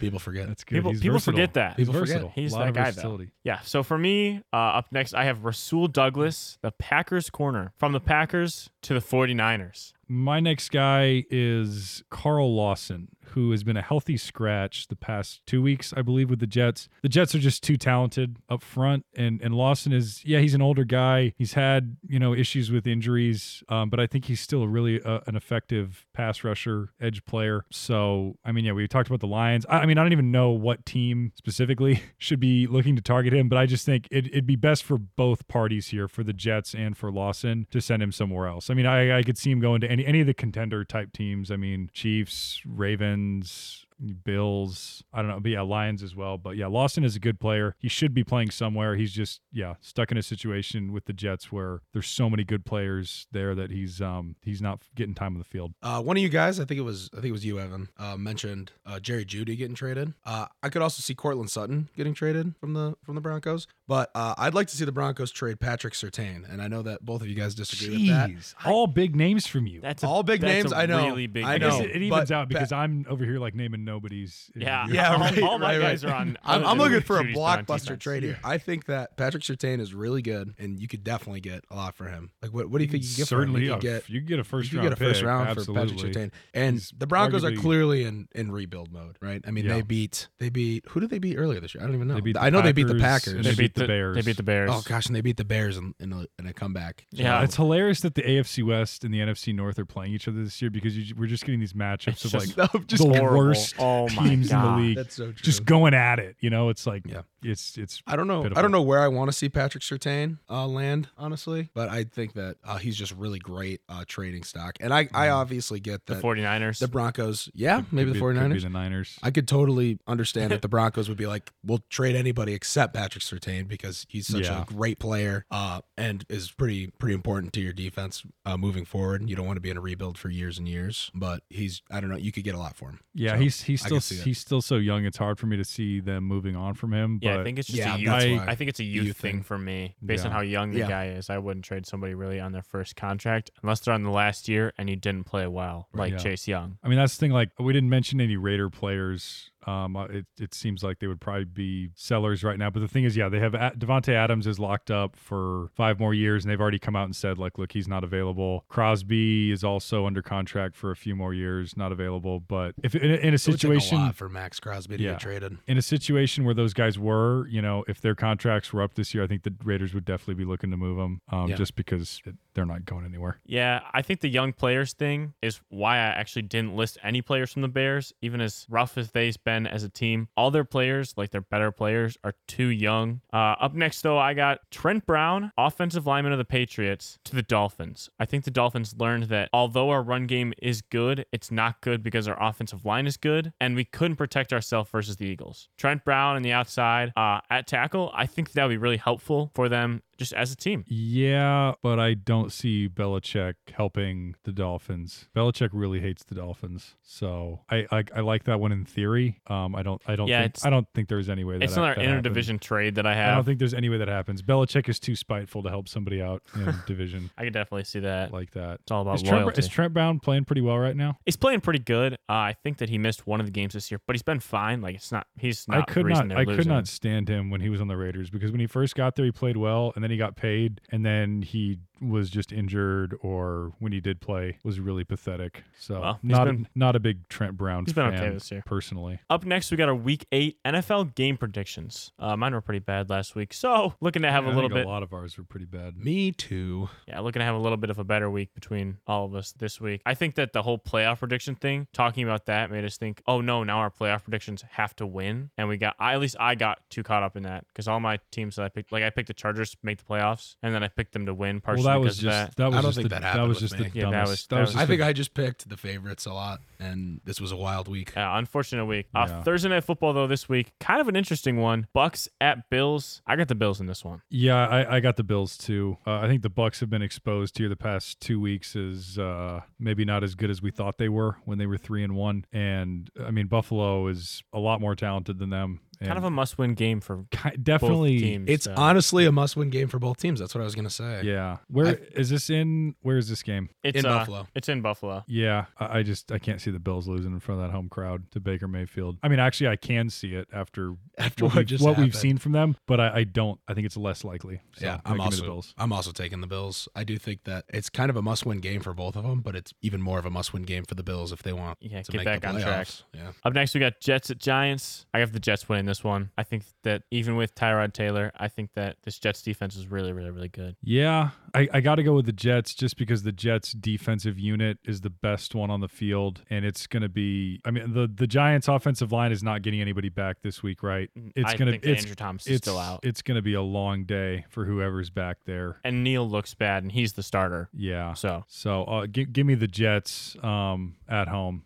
D: People forget.
C: That's good.
B: People,
C: He's
B: people
C: versatile.
B: forget that.
C: He's
D: People forget.
C: versatile.
B: He's
C: a lot
B: that
C: of
B: guy, though.
C: versatility.
B: Yeah. So for me, uh, up next, I have Rasul Douglas, the Packers corner, from the Packers to the 49ers.
C: My next guy is Carl Lawson, who has been a healthy scratch the past two weeks, I believe, with the Jets. The Jets are just too talented up front, and and Lawson is yeah, he's an older guy. He's had you know issues with injuries, um, but I think he's still really uh, an effective pass rusher, edge player. So I mean, yeah, we talked about the Lions. I, I mean, I don't even know what team specifically [LAUGHS] should be looking to target him, but I just think it, it'd be best for both parties here, for the Jets and for Lawson, to send him somewhere else. I mean, I, I could see him going to any any of the contender type teams. I mean, Chiefs, Ravens, Bills. I don't know, but yeah, Lions as well. But yeah, Lawson is a good player. He should be playing somewhere. He's just yeah stuck in a situation with the Jets where there's so many good players there that he's um he's not getting time on the field.
D: Uh, one of you guys, I think it was, I think it was you, Evan, uh, mentioned uh, Jerry Judy getting traded. Uh, I could also see Cortland Sutton getting traded from the from the Broncos, but uh, I'd like to see the Broncos trade Patrick Sertain, and I know that both of you guys disagree with that.
C: all big names from you.
B: That's a,
D: All big
B: that's
D: names,
B: a
D: I know.
B: Really big.
D: I
C: I
B: name.
C: guess
D: know,
C: it, it evens
D: but
C: out because
D: ba-
C: I'm over here like naming nobody's.
B: Yeah.
D: [LAUGHS] Yeah,
B: All,
D: right,
B: all my
D: right,
B: guys
D: right.
B: are on.
D: I'm,
B: other
D: I'm
B: than
D: looking for a
B: Judy's been on
D: blockbuster
B: defense.
D: trade here. I think that Patrick Sertain is really good, and you could definitely get a lot for him. Like, what, what do you think you could get?
C: certainly
D: for him? You
C: a-
D: could get
C: you can get a first
D: you could
C: round.
D: get a first
C: pick,
D: round
C: absolutely.
D: for Patrick Sertain. And
C: He's
D: the Broncos are
C: arguably-
D: clearly in in rebuild mode, right? I mean,
C: Yeah.
D: they beat they beat who did they beat earlier this year? I don't even know.
C: They beat
D: I
C: the
D: know they beat the
C: Packers,
D: Packers.
C: and
B: They,
C: They
B: beat
C: beat the
B: the
C: Bears.
B: They beat the Bears.
D: Oh gosh, and they beat the Bears in in a, in
C: [LAUGHS]
D: a comeback. So,
B: Yeah.
C: Uh, It's hilarious that the AFC West and the NFC North are playing each other this year because you, we're just getting these matchups
B: It's
C: of
B: just-
C: like
D: no, just
C: the
B: Horrible.
C: worst
B: oh my
C: teams in the
B: God.
C: league
D: that's so true.
C: [LAUGHS] just going at it. You know, it's like
D: Yeah.
C: it's it's
D: I don't know. I
C: Pitiful.
D: don't know where I want to see Patrick Sertain uh, land, honestly. But I think that uh, he's just really great uh, trading stock, and I, I
C: Mhm.
D: obviously get
B: The
D: that
B: 49ers.
D: the Broncos. Yeah,
C: could
D: maybe
C: be-
D: the
C: could
D: 49ers.
C: be the Niners.
D: I could totally understand
C: [LAUGHS]
D: that the Broncos would be like, we'll trade anybody except Patrick Sertain because he's such
C: Yeah.
D: a great player uh, and is pretty pretty important to your defense uh, moving forward. You don't want to be in a rebuild for years and years, but he's I don't know. You could get a lot for him.
C: Yeah,
D: So,
C: he's he's
D: I
C: still
D: can see that.
C: he's still so young. It's hard for me to see them moving on from him. But
B: yeah, I think it's just
D: Yeah,
B: a youth.
D: that's
B: I,
D: why.
B: think it's a youth,
D: Youth
B: thing,
D: thing.
B: for me, based on
C: Yeah.
B: how young the
D: Yeah.
B: guy is. I wouldn't trade somebody really on their first contract unless they're on the last year and you didn't play well, like
C: Yeah.
B: Chase Young.
C: I mean that's the thing. Like we didn't mention any Raider players. Um, uh, it it seems like they would probably be sellers right now. But the thing is, yeah, they have A- Devonte Adams is locked up for five more years, and they've already come out and said like, look, he's not available. Crosby is also under contract for a few more years, not available. But if in, a- in a
D: It would take
C: situation
D: a lot for Max Crosby to
C: Yeah.
D: get traded.
C: in a situation where those guys were, you know, if their contracts were up this year, I think the Raiders would definitely be looking to move them um,
D: Yeah.
C: just because it, they're not going anywhere.
B: Yeah, I think the young players thing is why I actually didn't list any players from the Bears, even as rough as they've been as a team. All their players, like their better players, are too young. Uh, up next, though, I got Trent Brown, offensive lineman of the Patriots, to the Dolphins. I think the Dolphins learned that although our run game is good, it's not good because our offensive line is good, and we couldn't protect ourselves versus the Eagles. Trent Brown on the outside uh, at tackle, I think that would be really helpful for them just as a team.
C: Yeah, but I don't see Belichick helping the Dolphins. Belichick really hates the Dolphins, so I I, I like that one in theory. Um, I don't I don't
B: Yeah,
C: think
B: it's-
C: I don't think there's any way that
B: It's
C: that,
B: another
C: that happens.
B: interdivision trade that I
C: I
B: have.
C: don't think there's any way that happens. Belichick is too spiteful to help somebody out in
B: [LAUGHS]
C: a division
B: I can definitely see that.
C: like that.
B: it's all about
C: Is Trent,
B: loyalty.
C: is Trent Brown playing pretty well right now?
B: he's playing pretty good. Uh, I think that he missed one of the games this year, but he's been fine. Like it's not. He's not.
C: I could
B: the reason
C: not.
B: they're
C: I could
B: losing.
C: not stand him when he was on the Raiders because when he first got there, he played well, and then he got paid, and then he was just injured, or when he did play, was really pathetic. So
B: Well, he's
C: not
B: been-
C: a, not a big Trent Brown
B: He's been
C: fan
B: okay this year.
C: personally.
B: Up next, we got our Week Eight NFL game predictions. Uh, mine were pretty bad last week, so [LAUGHS] looking to have
C: Yeah,
B: a
C: I
B: little
C: think
B: bit.
C: A lot of ours were pretty bad.
D: Me too.
B: Yeah, looking to have a little bit of a better week between all of us this week. I think that the whole playoff prediction thing, talking about that, made us think, oh no, now our playoff predictions have to win, and we got. I at least I got too caught up in that because all my teams that I picked, like I picked the Chargers to make the playoffs, and then I picked them to win
C: Well,
B: partially
C: that
B: because
C: was just
B: of that.
C: that, was
D: I don't
C: just
D: think
C: the,
D: that happened
C: was
D: with
C: just
D: me.
C: the
B: Yeah, that
C: dumbest.
B: was- that was
C: just
D: I
C: the-
D: think I just picked the favorites a lot, and this was a wild week.
B: Yeah, unfortunate week. Uh,
C: Yeah.
B: Thursday night football though this week, kind of an interesting one. Bucks at Bills. I got the Bills in this one.
C: Yeah, I, I got the Bills too. Uh, I think the Bucks have been exposed here the past two weeks as uh, maybe not as good as we thought they were when they were three and one. And I mean, Buffalo is a lot more talented than them,
B: Kind of a must-win game for
C: ki-
B: both
C: definitely.
B: teams.
D: It's
B: though.
D: honestly a must-win game for both teams. That's what I was gonna say.
C: uh, Yeah. Where is
D: I-
C: this in? Where is this game?
B: it's,
D: in
B: uh,
D: Buffalo.
B: It's in Buffalo.
C: Yeah, I I just I can't see the Bills losing in front of that home crowd to Baker Mayfield. I mean, actually, I can see it after
D: After
C: what,
D: what,
C: we've,
D: just
C: what we've
D: happened.
C: seen from them, but I, I don't. I think it's less likely. So,
D: yeah,
C: I give
D: I'm
C: me
D: also
C: the Bills.
D: I'm also taking the Bills. I do think that it's kind of a must-win game for both of them, but it's even more of a must-win game for the Bills if they want
B: Yeah,
D: to
B: get
D: make
B: back
D: the
B: on
D: playoffs.
B: track.
D: Yeah,
B: Up next, we got Jets at Giants. I have the Jets winning this one. I think that even with Tyrod Taylor, I think that this Jets defense is really, really, really good.
C: Yeah, I, I got to go with the Jets just because the Jets defensive unit is the best one on the field, and it's going to be. I mean, the the Giants offensive line is not getting anybody back this week, right? It's
B: Mm, I
C: gonna
B: think that
C: it's
B: Andrew Thomas is
C: it's
B: still out,
C: it's going to be a long day for whoever's back there.
B: and Neil looks bad, and he's the starter.
C: Yeah.
B: So
C: So uh, gi- give me the Jets um,
B: [LAUGHS]
C: at home.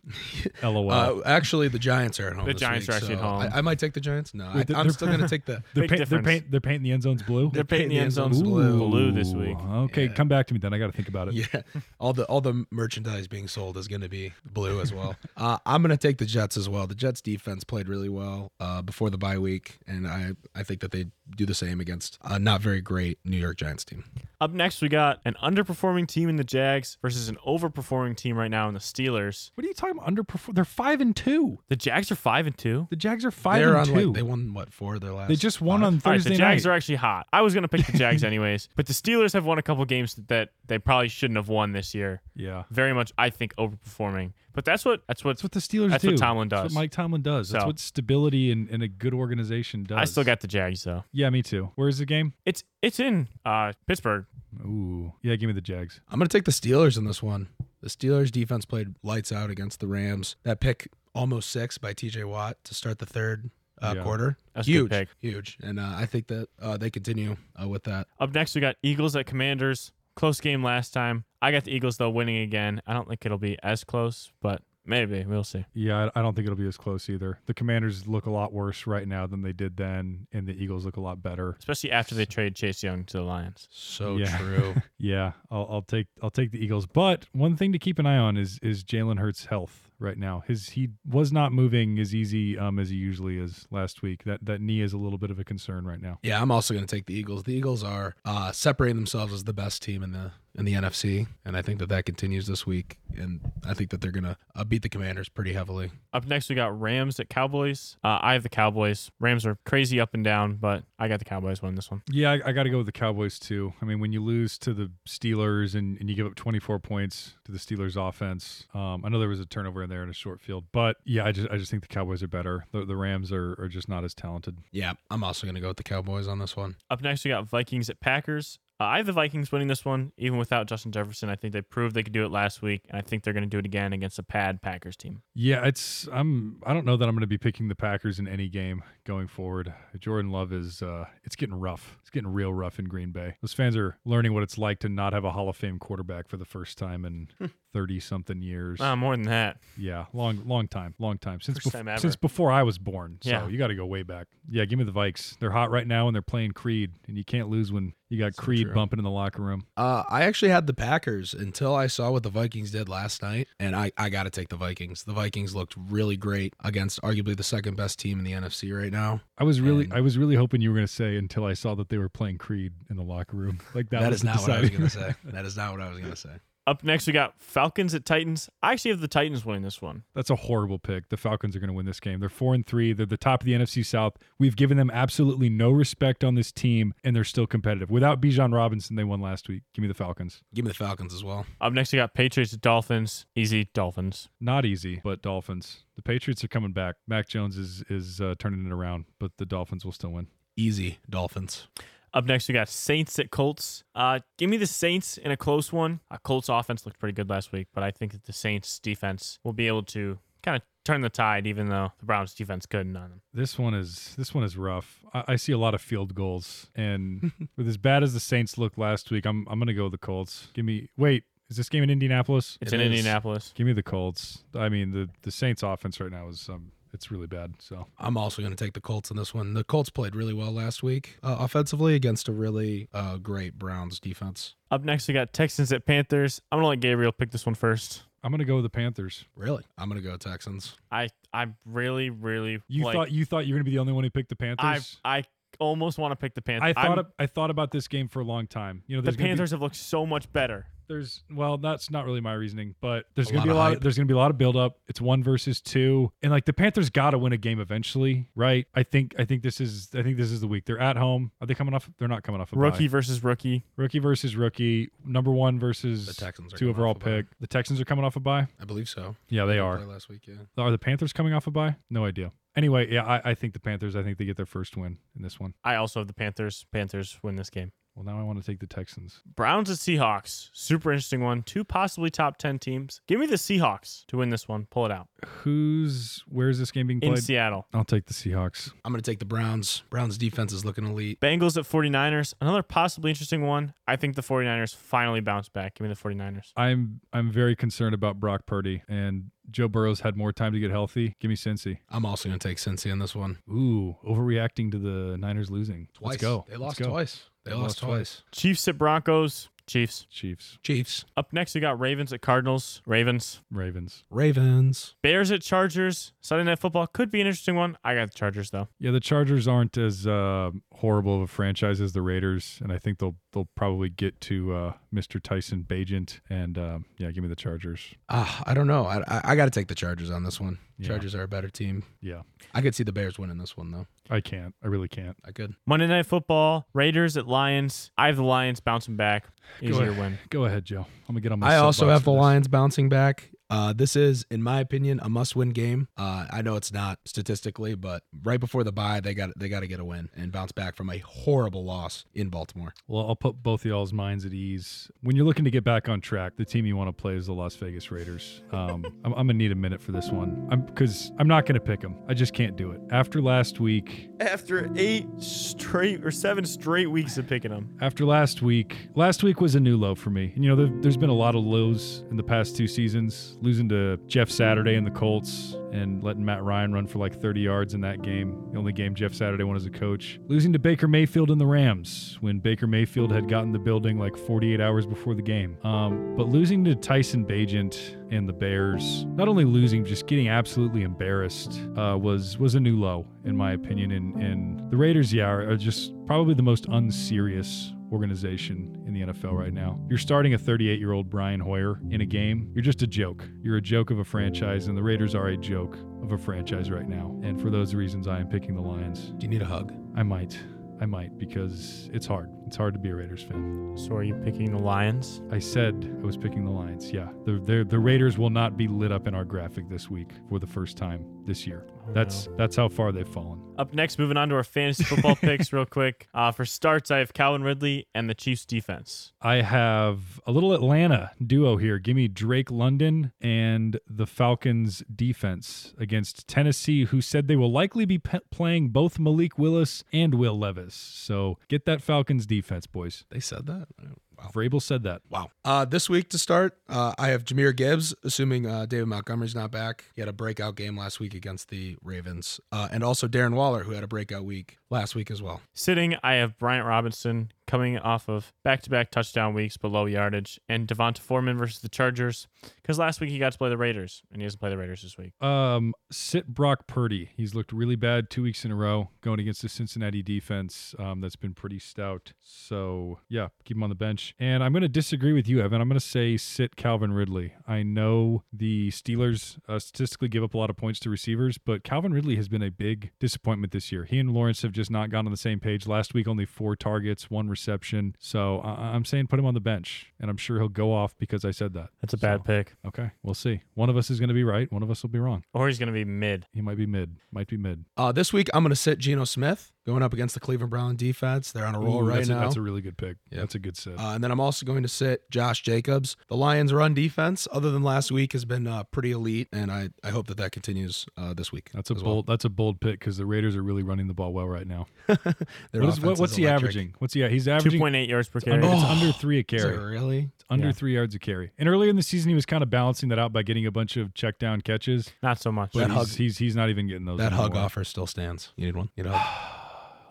C: LOL.
D: uh, actually, the Giants are at home.
B: The
D: this
B: Giants
D: week,
B: are actually
D: so
B: at home.
D: I, I might take the Giants. No, I,
C: Wait,
D: I'm
C: they're-
D: still gonna
B: [LAUGHS]
D: take the.
C: they're,
B: big
C: paint, they're,
B: difference.
C: paint, they're painting the end zones blue.
B: they're painting the end zones
D: Ooh.
B: blue, blue this
C: Ooh,
B: week.
C: Okay,
D: Yeah.
C: come back to me then. I got to think about it.
D: Yeah, all the all the merchandise being sold is going to be blue
B: [LAUGHS]
D: as well. uh, I'm going to take the Jets as well. The Jets defense played really well uh, before the bye week, and I I think that they do the same against a not very great New York Giants team.
B: Up next, we got an underperforming team in the Jags versus an overperforming team right now in the Steelers.
C: What are you talking about? Underperform? They're five and two.
B: The Jags are five and two.
C: The Jags are 5
D: They're
C: and
D: on
C: two.
D: like they won what four of their last.
C: They just won on
D: five?
B: All right,
C: Thursday
B: the Jags
C: night.
B: are actually hot. I was gonna pick the
C: [LAUGHS]
B: Jags anyways, but the Steelers have won a couple games that they probably shouldn't have won this year.
C: yeah,
B: Very much, I think, overperforming. But that's what that's what
C: that's what the Steelers
B: That's
C: do.
B: what Tomlin
C: That's
B: does.
C: what Mike Tomlin does. That's
B: So-
C: what stability and, and a good organization does.
B: I still got the Jags though.
C: Yeah, me too. Where's the game?
B: It's it's in uh, Pittsburgh.
C: Ooh, yeah. Give me the Jags.
D: I'm going to take the Steelers in this one. The Steelers defense played lights out against the Rams. That pick almost six by T.J. Watt to start the third. Uh,
C: Yeah.
D: Quarter,
B: That's a good
D: huge,
B: pick.
D: huge, and uh, I think that uh, they continue uh, with that.
B: Up next, we got Eagles at Commanders. Close game last time. I got the Eagles though winning again. I don't think it'll be as close, but maybe we'll see.
C: Yeah, I I don't think it'll be as close either. The Commanders look a lot worse right now than they did then, and the Eagles look a lot better.
B: Especially after they trade Chase Young to the Lions.
D: So
B: [LAUGHS]
C: Yeah.
D: true.
C: Yeah, I'll, I'll take I'll take the Eagles. But one thing to keep an eye on is is Jalen Hurts' health right now. His he was not moving as easy um as he usually is last week. That that knee is a little bit of a concern right now.
D: Yeah, I'm also going to take the Eagles. The Eagles are uh, separating themselves as the best team in the in the NFC, and I think that that continues this week. And I think that they're going to uh, beat the Commanders pretty heavily.
B: Up next, we got Rams at Cowboys. Uh, I have the Cowboys. Rams are crazy up and down, but I got the Cowboys winning this one.
C: Yeah, I, I got to go with the Cowboys too. I mean, when you lose to the Steelers and, and you give up 24 points to the Steelers offense, um, I know there was a turnover in there in a short field, but yeah, I just I just think the Cowboys are better. The, the Rams are, are just not as talented.
D: Yeah, I'm also going to go with the Cowboys on this one.
B: Up next, we got Vikings at Packers. Uh, I have the Vikings winning this one, even without Justin Jefferson. I think they proved they could do it last week, and I think they're going to do it again against a pad Packers team.
C: Yeah, it's I'm I don't know that I'm going to be picking the Packers in any game going forward. Jordan Love is uh it's getting rough. It's getting real rough in Green Bay. Those fans are learning what it's like to not have a Hall of Fame quarterback for the first time in 30 something years.
B: Uh, more than that.
C: Yeah, long, long time, long time since
B: First
C: bef-
B: time ever.
C: since before I was born. So
B: Yeah.
C: you got to go way back. Yeah, give me the Vikes. They're hot right now, and they're playing Creed, and you can't lose when you got Creed
D: true.
C: bumping in the locker room.
D: Uh, I actually had the Packers until I saw what the Vikings did last night, and I, I got to take the Vikings. The Vikings looked really great against arguably the second best team in the NFC right now.
C: I was really,
D: And-
C: I was really hoping you were going to say until I saw that they were playing Creed in the locker room. [LAUGHS] Like that,
D: that
C: was
D: is
C: the
D: not what I was
C: deciding-
D: going to say. That is not what I was going to say.
B: Up next, we got Falcons at Titans. I actually have the Titans winning this one.
C: [LAUGHS] That's a horrible pick. The Falcons are going to win this game. They're four and three. They're the top of the NFC South. We've given them absolutely no respect on this team, and they're still competitive. Without Bijan Robinson, they won last week. Give me the Falcons.
D: Give me the Falcons as well.
B: Up next, we got Patriots at Dolphins. Easy Dolphins.
C: Not easy, but Dolphins. The Patriots are coming back. Mac Jones is is uh, turning it around, but the Dolphins will still win.
D: Easy Dolphins.
B: Up next, we got Saints at Colts. Uh, give me the Saints in a close one. Uh, Colts offense looked pretty good last week, but I think that the Saints defense will be able to kind of turn the tide, even though the Browns defense couldn't on them.
C: This one is this one is rough. I, I see a lot of field goals,
B: [LAUGHS]
C: and with as bad as the Saints looked last week, I'm I'm gonna go with the Colts. Give me wait, is this game in Indianapolis?
B: It's
D: It
B: in
D: is.
B: Indianapolis.
C: Give me the Colts. I mean the the Saints offense right now is um it's really bad. So
D: I'm also going to take the Colts in this one. The Colts played really well last week uh, offensively against a really uh, great Browns defense.
B: Up next, we got Texans at Panthers. I'm gonna let Gabriel pick this one first.
C: I'm gonna go with the Panthers.
D: Really? I'm going to go Texans.
B: I I really really
C: You
B: like,
C: thought you thought you were gonna be the only one who picked the
B: I
C: Panthers.
B: I almost want to pick the Panthers.
C: I
B: I'm-
C: thought ab- I thought about this game for a long time. You know,
B: the
C: there's gonna be-
B: Panthers have looked so much better.
C: there's well, that's not really my reasoning, but there's
D: A
C: gonna
D: lot
C: be a
D: of
C: lot.
D: hype.
C: there's gonna be a lot of build up. It's one versus two, and like the Panthers got to win a game eventually, right? I think I think this is I think this is the week. They're at home. Are they coming off? They're not coming off a bye.
B: Rookie versus rookie.
C: rookie versus rookie. Number one versus
D: The Texans are
C: two
D: coming
C: overall
D: off a bye.
C: pick. The Texans are coming off a bye.
D: I believe so.
C: Yeah, they are.
D: Play last week, yeah.
C: Are the Panthers coming off a bye? No idea. Anyway, yeah, I, I think the Panthers. I think they get their first win in this one.
B: I also have the Panthers. Panthers win this game.
C: Well, now I want to take the Texans.
B: Browns and Seahawks. Super interesting one. Two possibly top 10 teams. Give me the Seahawks to win this one. Pull it out.
C: Who's where's this game being
B: In
C: played?
B: Seattle.
C: I'll take the Seahawks.
D: I'm going to take the Browns. Browns defense is looking elite.
B: Bengals at 49ers. Another possibly interesting one. I think the 49ers finally bounce back. Give me the 49ers.
C: I'm I'm very concerned about Brock Purdy and Joe Burrow's had more time to get healthy. Give me Cincy.
D: I'm also going to take Cincy in this one.
C: Ooh, overreacting to the Niners losing.
D: Twice.
C: Let's go.
D: They lost
C: Let's go.
D: twice. They,
C: They lost
D: lost, twice.
B: Chiefs at Broncos. Chiefs.
C: Chiefs,
D: Chiefs.
B: Up next, we got Ravens at Cardinals. Ravens.
C: Ravens.
D: Ravens.
B: Bears at Chargers. Sunday Night Football could be an interesting one. I got the Chargers, though.
C: Yeah, the Chargers aren't as uh, horrible of a franchise as the Raiders, and I think they'll they'll probably get to uh, Mr. Tyson Bajent. And um, yeah, give me the Chargers.
D: Ah, I don't know. I, I, I got to take the Chargers on this one.
C: Yeah.
D: Chargers are a better team.
C: Yeah,
D: I could see the Bears winning this one though.
C: I can't. I really can't.
D: I could.
B: Monday Night Football. Raiders at Lions. I have the Lions bouncing back. Easier win.
C: Go ahead, Joe. I'm gonna get on my.
D: I also
C: soapbox
D: have
C: for
D: the
C: this.
D: Lions bouncing back. Uh, this is, in my opinion, a must-win game. Uh, I know it's not statistically, but right before the bye, they got they got to get a win and bounce back from a horrible loss in Baltimore.
C: Well, I'll put both of y'all's minds at ease. When you're looking to get back on track, the team you want to play is the Las Vegas Raiders. Um, [LAUGHS] I'm, I'm gonna need a minute for this one. I'm because I'm not gonna pick them. I just can't do it. After last week,
B: After eight straight or seven straight weeks of picking them.
C: after last week, last week was a new low for me. And you know, there, there's been a lot of lows in the past two seasons. Losing to Jeff Saturday and the Colts, and letting Matt Ryan run for like 30 yards in that game. The only game Jeff Saturday won as a coach. Losing to Baker Mayfield and the Rams when Baker Mayfield had gotten the building like 48 hours before the game. Um, but losing to Tyson Bajent and the Bears, not only losing, just getting absolutely embarrassed uh, was was a new low in my opinion. And and the Raiders, yeah, are, are just probably the most unserious organization in the NFL right now. You're starting a 38 year old Brian Hoyer in a game. You're just a joke. You're a joke of a franchise, and the Raiders are a joke of a franchise right now. And for those reasons, I am picking the Lions.
D: Do you need a hug?
C: I might. I might because it's hard. It's hard to be a Raiders fan.
B: So are you picking the Lions?
C: I said I was picking the Lions. Yeah, the the, the Raiders will not be lit up in our graphic this week for the first time this year. That's that's how far they've fallen.
B: Up next, moving on to our fantasy [LAUGHS] football picks real quick. Uh, for starts, I have Calvin Ridley and the Chiefs defense.
C: I have a little Atlanta duo here. Give me Drake London and the Falcons defense against Tennessee, who said they will likely be pe- playing both Malik Willis and Will Levis. So get that Falcons defense, boys.
D: They said that. Wow.
C: Vrabel said that.
D: Wow. Uh, this week to start, uh, I have Jameer Gibbs, assuming uh, David Montgomery's not back. He had a breakout game last week against the Ravens, uh, and also Darren Waller, who had a breakout week last week as well.
B: Sitting, I have Bryant Robinson coming off of back to back touchdown weeks below yardage, and Devonta Foreman versus the Chargers because last week he got to play the Raiders, and he doesn't play the Raiders this week.
C: Um, sit Brock Purdy. He's looked really bad two weeks in a row going against the Cincinnati defense um, that's been pretty stout. So yeah, keep him on the bench. And I'm going to disagree with you, Evan. I'm going to say sit Calvin Ridley. I know the Steelers uh, statistically give up a lot of points to receivers, but Calvin Ridley has been a big disappointment this year. He and Lawrence have just not gone on the same page. Last week, only four targets, one reception. So I- I'm saying put him on the bench, and I'm sure he'll go off because I said that.
B: That's a bad
C: So,
B: pick.
C: Okay, we'll see. One of us is going to be right. One of us will be wrong.
B: Or he's going to be mid.
C: He might be mid. Might be mid.
D: Uh, this week, I'm going to sit Geno Smith going up against the Cleveland Brown defense. They're on a roll
C: Ooh,
D: right
C: that's,
D: now.
C: A, that's a really good pick.
D: Yeah.
C: That's a good set.
D: Uh, and then I'm also going to sit Josh Jacobs. The Lions' run defense, other than last week, has been uh, pretty elite, and I, I hope that that continues uh, this week.
C: that's a
D: as
C: bold.
D: well.
C: That's a bold pick because the Raiders are really running the ball well right now.
D: Their
C: What is, what,
D: offense
C: what's
D: is
C: he
D: electric.
C: averaging? What's he? He's averaging.
B: 2.8 yards per
C: Under,
B: carry.
C: It's
D: Oh.
C: under three a
D: Is it
C: carry.
D: really?
C: It's under
B: Yeah.
C: three yards a carry. And earlier in the season, he was kind of balancing that out by getting a bunch of check down catches.
B: Not so much.
C: But
D: That
C: he's,
D: hug-
C: he's he's not even getting those.
D: That hug
C: anymore.
D: offer still stands. You need one?
C: [SIGHS]
D: You know,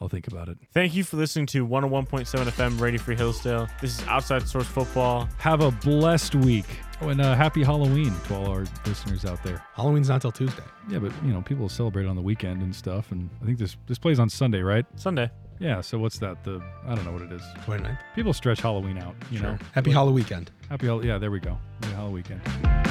C: I'll think about it.
B: Thank you for listening to 101.7 FM Radio Free Hillsdale. This is Outside Source Football.
C: Have a blessed week. Oh, and uh, happy Halloween to all our listeners out there.
D: Halloween's not till Tuesday.
C: Yeah, but you know, people celebrate on the weekend and stuff. And I think this this plays on Sunday, right?
B: Sunday.
C: Yeah. So what's that? The I don't know what it is.
D: 29th.
C: People stretch Halloween out. You know.
D: Happy Halloween weekend.
C: Happy Halloween. Yeah, there we go. Happy Halloween weekend.